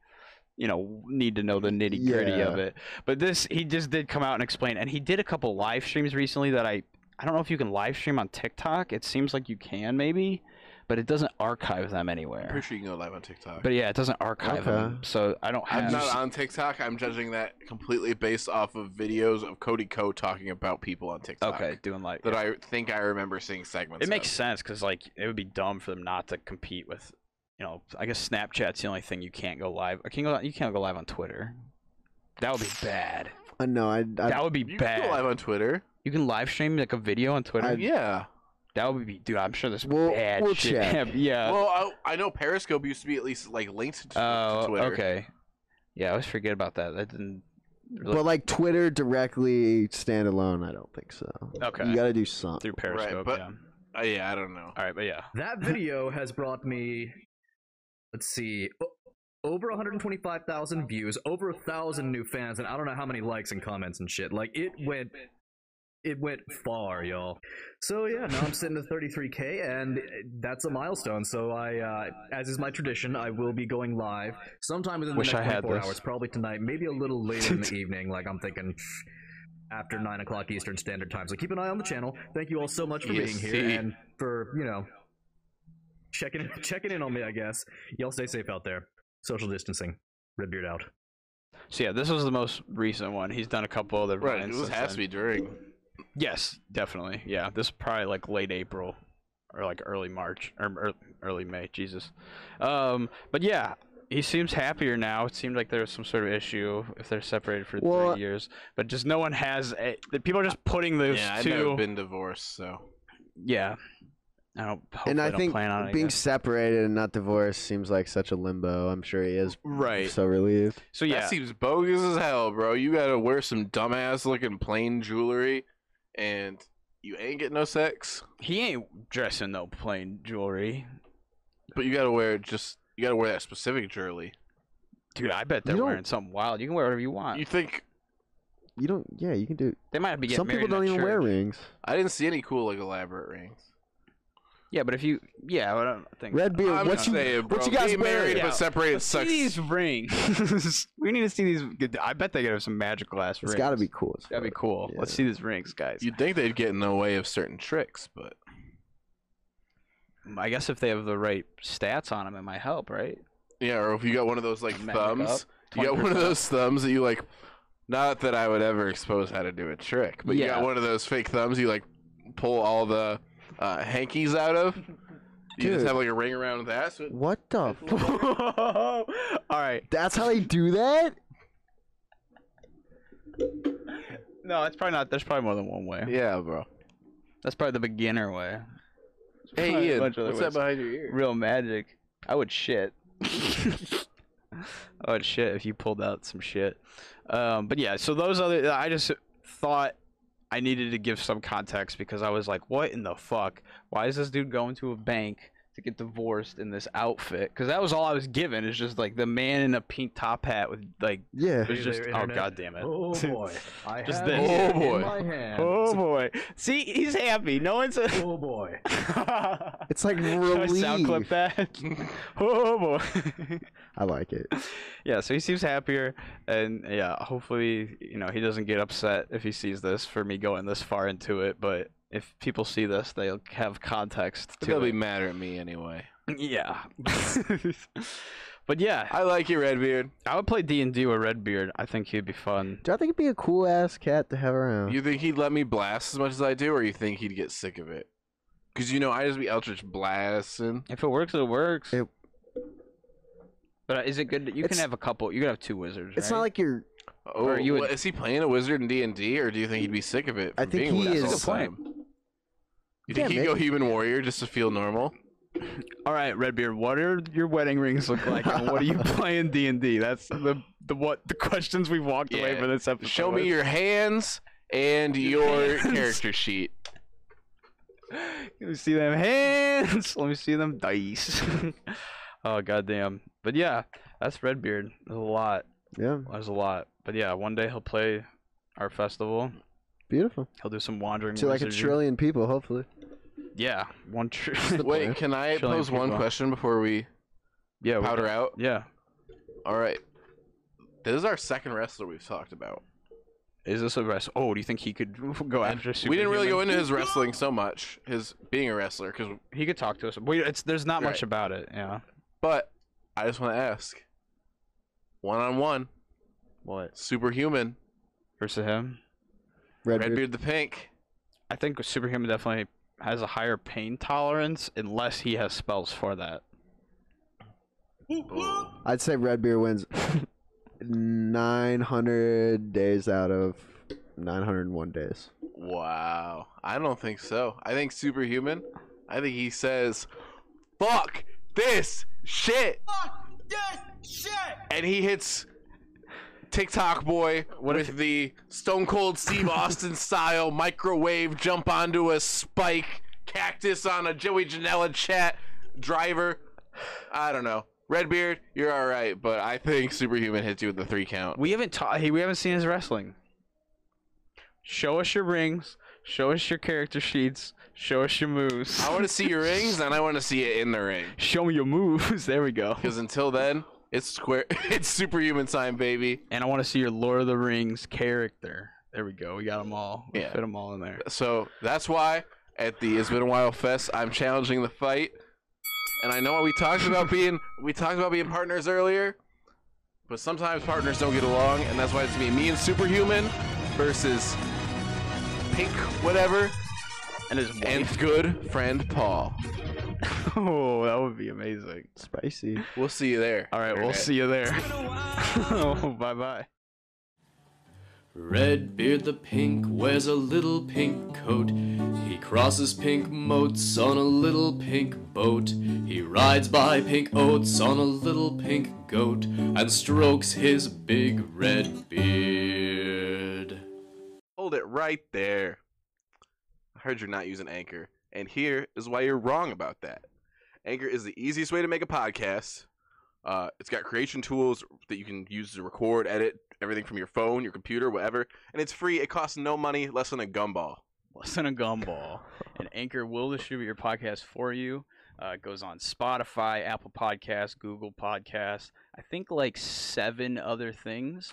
Speaker 2: you know need to know the nitty gritty of
Speaker 3: Yeah.
Speaker 2: it but this he just did come out and explain and he did a couple live streams recently that i i don't know if you can live stream on tiktok it seems like you can maybe but it doesn't archive them anywhere
Speaker 4: Pretty sure you can go live on TikTok.
Speaker 2: but yeah, it doesn't archive
Speaker 3: Okay.
Speaker 2: them, so I don't
Speaker 4: I'm
Speaker 2: have.
Speaker 4: not on TikTok. I'm judging that completely based off of videos of Cody Co talking about people on TikTok.
Speaker 2: okay, doing like
Speaker 4: That I think I remember seeing segments.
Speaker 2: it makes
Speaker 4: of.
Speaker 2: sense because like it would be dumb for them not to compete with, you know. I guess Snapchat's the only thing you can't go live. Or can you, go, you can't go live on Twitter. That would be bad.
Speaker 3: Uh, no, I, I
Speaker 2: that would be
Speaker 4: You
Speaker 2: bad.
Speaker 4: can go live on Twitter.
Speaker 2: you can live stream like a video on Twitter.
Speaker 3: I-
Speaker 4: Yeah.
Speaker 2: that would be, dude. I'm sure there's
Speaker 3: We'll-
Speaker 2: bad
Speaker 3: we'll
Speaker 2: shit.
Speaker 3: check.
Speaker 2: yeah.
Speaker 4: well, I, I know Periscope used to be at least like linked to, to
Speaker 2: oh,
Speaker 4: Twitter.
Speaker 2: okay. Yeah, I always forget about that. That didn't. Really...
Speaker 3: but like Twitter directly standalone, I don't think so.
Speaker 2: okay.
Speaker 3: You got to do something.
Speaker 2: Through Periscope.
Speaker 4: but-
Speaker 2: yeah.
Speaker 4: Uh, yeah, I don't know.
Speaker 2: All right, but yeah.
Speaker 10: that video has brought me, let's see, o- over 125,000 views, over a thousand new fans, and I don't know how many likes and comments and shit. Like it went, it went far, y'all. So yeah, now I'm sitting at 33k, and that's a milestone. So I, uh, as is my tradition, I will be going live sometime within
Speaker 2: Wish
Speaker 10: the
Speaker 2: I
Speaker 10: next
Speaker 2: had
Speaker 10: 24
Speaker 2: this.
Speaker 10: hours, probably tonight, maybe a little later in the evening. Like I'm thinking. After nine o'clock Eastern Standard Time, so keep an eye on the channel. Thank you all so much for being
Speaker 4: Yes,
Speaker 10: here
Speaker 4: see.
Speaker 10: and for you know checking checking in on me, I guess. Y'all stay safe out there. Social distancing. Redbeard out.
Speaker 2: So yeah, this was the most recent one. He's done a couple other
Speaker 4: Right, it
Speaker 2: ones
Speaker 4: was
Speaker 2: since
Speaker 4: has to
Speaker 2: then.
Speaker 4: be during.
Speaker 2: Yes, definitely. Yeah, this is probably like late April or like early March or ear- early May. Jesus. Um, but yeah, he seems happier now. It seemed like there was some sort of issue if they're separated for
Speaker 3: Well-
Speaker 2: three years, but just no one has. A, the people are just putting those
Speaker 4: Yeah, I've
Speaker 2: two.
Speaker 4: never been divorced, so
Speaker 2: Yeah. I don't. Hopefully
Speaker 3: and I
Speaker 2: don't
Speaker 3: think
Speaker 2: plan on it. I
Speaker 3: being
Speaker 2: guess.
Speaker 3: separated and not divorced seems like such a limbo. I'm sure he is
Speaker 4: right.
Speaker 3: so relieved.
Speaker 2: so yeah.
Speaker 4: That seems bogus as hell, bro. You gotta wear some dumbass looking plain jewelry, and you ain't getting no sex.
Speaker 2: He ain't dressing no plain jewelry,
Speaker 4: But you gotta wear just you gotta wear that specific jewelry.
Speaker 2: dude. I bet they're
Speaker 3: don't-
Speaker 2: wearing something wild. You can wear whatever you want.
Speaker 4: You think
Speaker 3: You don't. Yeah, you can do.
Speaker 2: they might be getting
Speaker 3: Some
Speaker 2: married
Speaker 3: people
Speaker 2: in
Speaker 3: don't
Speaker 2: a
Speaker 3: even wear
Speaker 2: church.
Speaker 3: rings.
Speaker 4: I didn't see any cool like elaborate rings.
Speaker 2: Yeah, but if you, yeah, I don't think.
Speaker 3: Redbeard,
Speaker 4: I'm
Speaker 3: what
Speaker 4: just
Speaker 3: you
Speaker 4: saying, bro,
Speaker 3: what you guys
Speaker 4: being married
Speaker 3: wearing?
Speaker 2: Yeah.
Speaker 4: but separated
Speaker 2: Let's see
Speaker 4: sucks.
Speaker 2: these rings. we need to see these. good- I bet they gotta have some magic glass rings.
Speaker 3: It's got to be cool. as
Speaker 2: That'd be
Speaker 3: fuck.
Speaker 2: cool.
Speaker 3: Yeah.
Speaker 2: Let's see these rings, guys.
Speaker 4: You'd think they'd get in the way of certain tricks, but
Speaker 2: I guess if they have the right stats on them, it might help, right?
Speaker 4: yeah, or if you got one of those like
Speaker 2: Magic
Speaker 4: thumbs, you got one of
Speaker 2: 20%.
Speaker 4: those thumbs that you like. Not that I would ever expose how to do a trick, but you
Speaker 2: Yeah.
Speaker 4: got one of those fake thumbs you like pull all the uh, hankies out of. You just
Speaker 3: Dude.
Speaker 4: have like a ring around that. So it,
Speaker 3: What the? F-
Speaker 2: All right.
Speaker 3: That's how they do that?
Speaker 2: No, it's probably not. There's probably more than one way.
Speaker 4: yeah, bro.
Speaker 2: That's probably the beginner way. There's probably
Speaker 4: Hey
Speaker 2: a
Speaker 4: Ian,
Speaker 2: bunch of other
Speaker 4: what's that
Speaker 2: ways.
Speaker 4: behind your ear?
Speaker 2: Real magic. I would shit. I would shit if you pulled out some shit. Um, but yeah, so those other, I just thought I needed to give some context because I was like, what in the fuck? Why is this dude going to a bank to get divorced in this outfit? Because that was all I was given is just like the man in a pink top hat with like,
Speaker 3: Yeah.
Speaker 2: it was
Speaker 10: Hey there,
Speaker 2: just, oh
Speaker 10: Internet.
Speaker 2: god damn it.
Speaker 10: Oh boy. I
Speaker 2: Just
Speaker 10: have
Speaker 2: this.
Speaker 10: here
Speaker 4: Oh, boy.
Speaker 10: in my hand.
Speaker 2: Oh boy. See, he's happy. No one's.
Speaker 10: Oh boy.
Speaker 3: It's like
Speaker 2: Should I
Speaker 3: relief.
Speaker 2: sound clip that? oh boy.
Speaker 3: I like it.
Speaker 2: yeah, so he seems happier, and yeah, hopefully, you know, he doesn't get upset if he sees this for me going this far into it. But if people see this, they'll have context
Speaker 4: They'll
Speaker 2: to
Speaker 4: be
Speaker 2: it.
Speaker 4: mad at me anyway.
Speaker 2: yeah. But yeah,
Speaker 4: I like you, Redbeard.
Speaker 2: I would play D and D with Redbeard. I think he'd be fun.
Speaker 3: Do I think it'd be a cool ass cat to have around?
Speaker 4: You think he'd let me blast as much as I do, or you think he'd get sick of it? Because you know I just be Eldritch blasting.
Speaker 2: If it works, it works.
Speaker 3: It-
Speaker 2: but uh, is it good? You can
Speaker 3: It's-
Speaker 2: have a couple. You can have two wizards.
Speaker 3: it's
Speaker 2: right?
Speaker 3: not like you're.
Speaker 4: Oh,
Speaker 2: Or you would-
Speaker 4: well, is he playing a wizard in D and D, or do you think he'd be sick of it?
Speaker 3: I
Speaker 4: from
Speaker 3: think
Speaker 4: being a
Speaker 3: he
Speaker 4: wizard
Speaker 3: is-
Speaker 4: all the time? You think
Speaker 3: Yeah,
Speaker 4: he'd go
Speaker 3: maybe.
Speaker 4: human warrior just to feel normal?
Speaker 2: All right, Redbeard. What are your wedding rings look like, and what are you playing D and D? That's the the what the questions we've walked away
Speaker 4: Yeah.
Speaker 2: from this episode.
Speaker 4: Show
Speaker 2: with.
Speaker 4: me your hands and your character sheet.
Speaker 2: Let me see them hands. Let me see them dice. oh goddamn! But yeah, that's Redbeard. There's a lot.
Speaker 3: Yeah,
Speaker 2: There's a lot. But yeah, one day he'll play our festival.
Speaker 3: beautiful.
Speaker 2: He'll do some wandering.
Speaker 3: To like a
Speaker 2: wizardry.
Speaker 3: trillion people, hopefully.
Speaker 2: Yeah, one tr-
Speaker 4: Wait, can I
Speaker 2: Showing
Speaker 4: pose one
Speaker 2: people.
Speaker 4: question before we
Speaker 2: yeah, we-
Speaker 4: powder out?
Speaker 2: Yeah,
Speaker 4: All right. This is our second wrestler we've talked about.
Speaker 2: is this a rest? Oh, do you think he could go after?
Speaker 4: we didn't really go
Speaker 2: superhuman?
Speaker 4: into his wrestling so much, his being a wrestler, because
Speaker 2: He could talk to us. We, it's there's not much
Speaker 4: Right.
Speaker 2: about it. Yeah.
Speaker 4: But I just want to ask, one on one,
Speaker 2: What
Speaker 4: superhuman,
Speaker 2: versus him?
Speaker 3: Redbeard.
Speaker 4: Redbeard the Pink.
Speaker 2: I think superhuman definitely has a higher pain tolerance unless he has spells for that.
Speaker 3: I'd say Redbeard wins 900 days out of 901 days.
Speaker 4: Wow, I don't think so. I think superhuman. I think he says, "Fuck this shit." Fuck this shit. And he hits TikTok boy with the Stone Cold Steve Austin style microwave jump onto a spike cactus on a Joey Janela chat driver. I don't know. Redbeard, you're all right, but I think superhuman hits you with the three count.
Speaker 2: We haven't ta- he- we haven't seen his wrestling. Show us your rings. Show us your character sheets. Show us your moves.
Speaker 4: I want to see your rings, and I want to see it in the ring.
Speaker 2: show me your moves. There we go.
Speaker 4: Because until then, it's square. it's superhuman time, baby.
Speaker 2: And I want to see your Lord of the Rings character. There we go. We got them all. We
Speaker 4: Yeah.
Speaker 2: fit them all in there.
Speaker 4: So that's why at the It's Been a While Fest, I'm challenging the fight. And I know we talked about being we talked about being partners earlier, but sometimes partners don't get along, and that's why it's me, me and superhuman versus pink whatever
Speaker 2: And his
Speaker 4: and good friend Paul.
Speaker 2: oh, that would be amazing.
Speaker 3: Spicy.
Speaker 4: We'll see you there.
Speaker 2: All right, we'll
Speaker 4: Internet.
Speaker 2: see you there. oh, bye bye.
Speaker 1: Redbeard the Pink wears a little pink coat. He crosses pink moats on a little pink boat. He rides by pink oats on a little pink goat and strokes his big red beard.
Speaker 4: Hold it right there. I heard you're not using Anchor, and here is why you're wrong about that. Anchor is the easiest way to make a podcast. Uh, it's got creation tools that you can use to record, edit everything from your phone, your computer, whatever, and it's free. It costs no money, less than a gumball.
Speaker 2: Less than a gumball. and Anchor will distribute your podcast for you. Uh, it goes on Spotify, Apple Podcasts, Google Podcasts. I think like seven other things,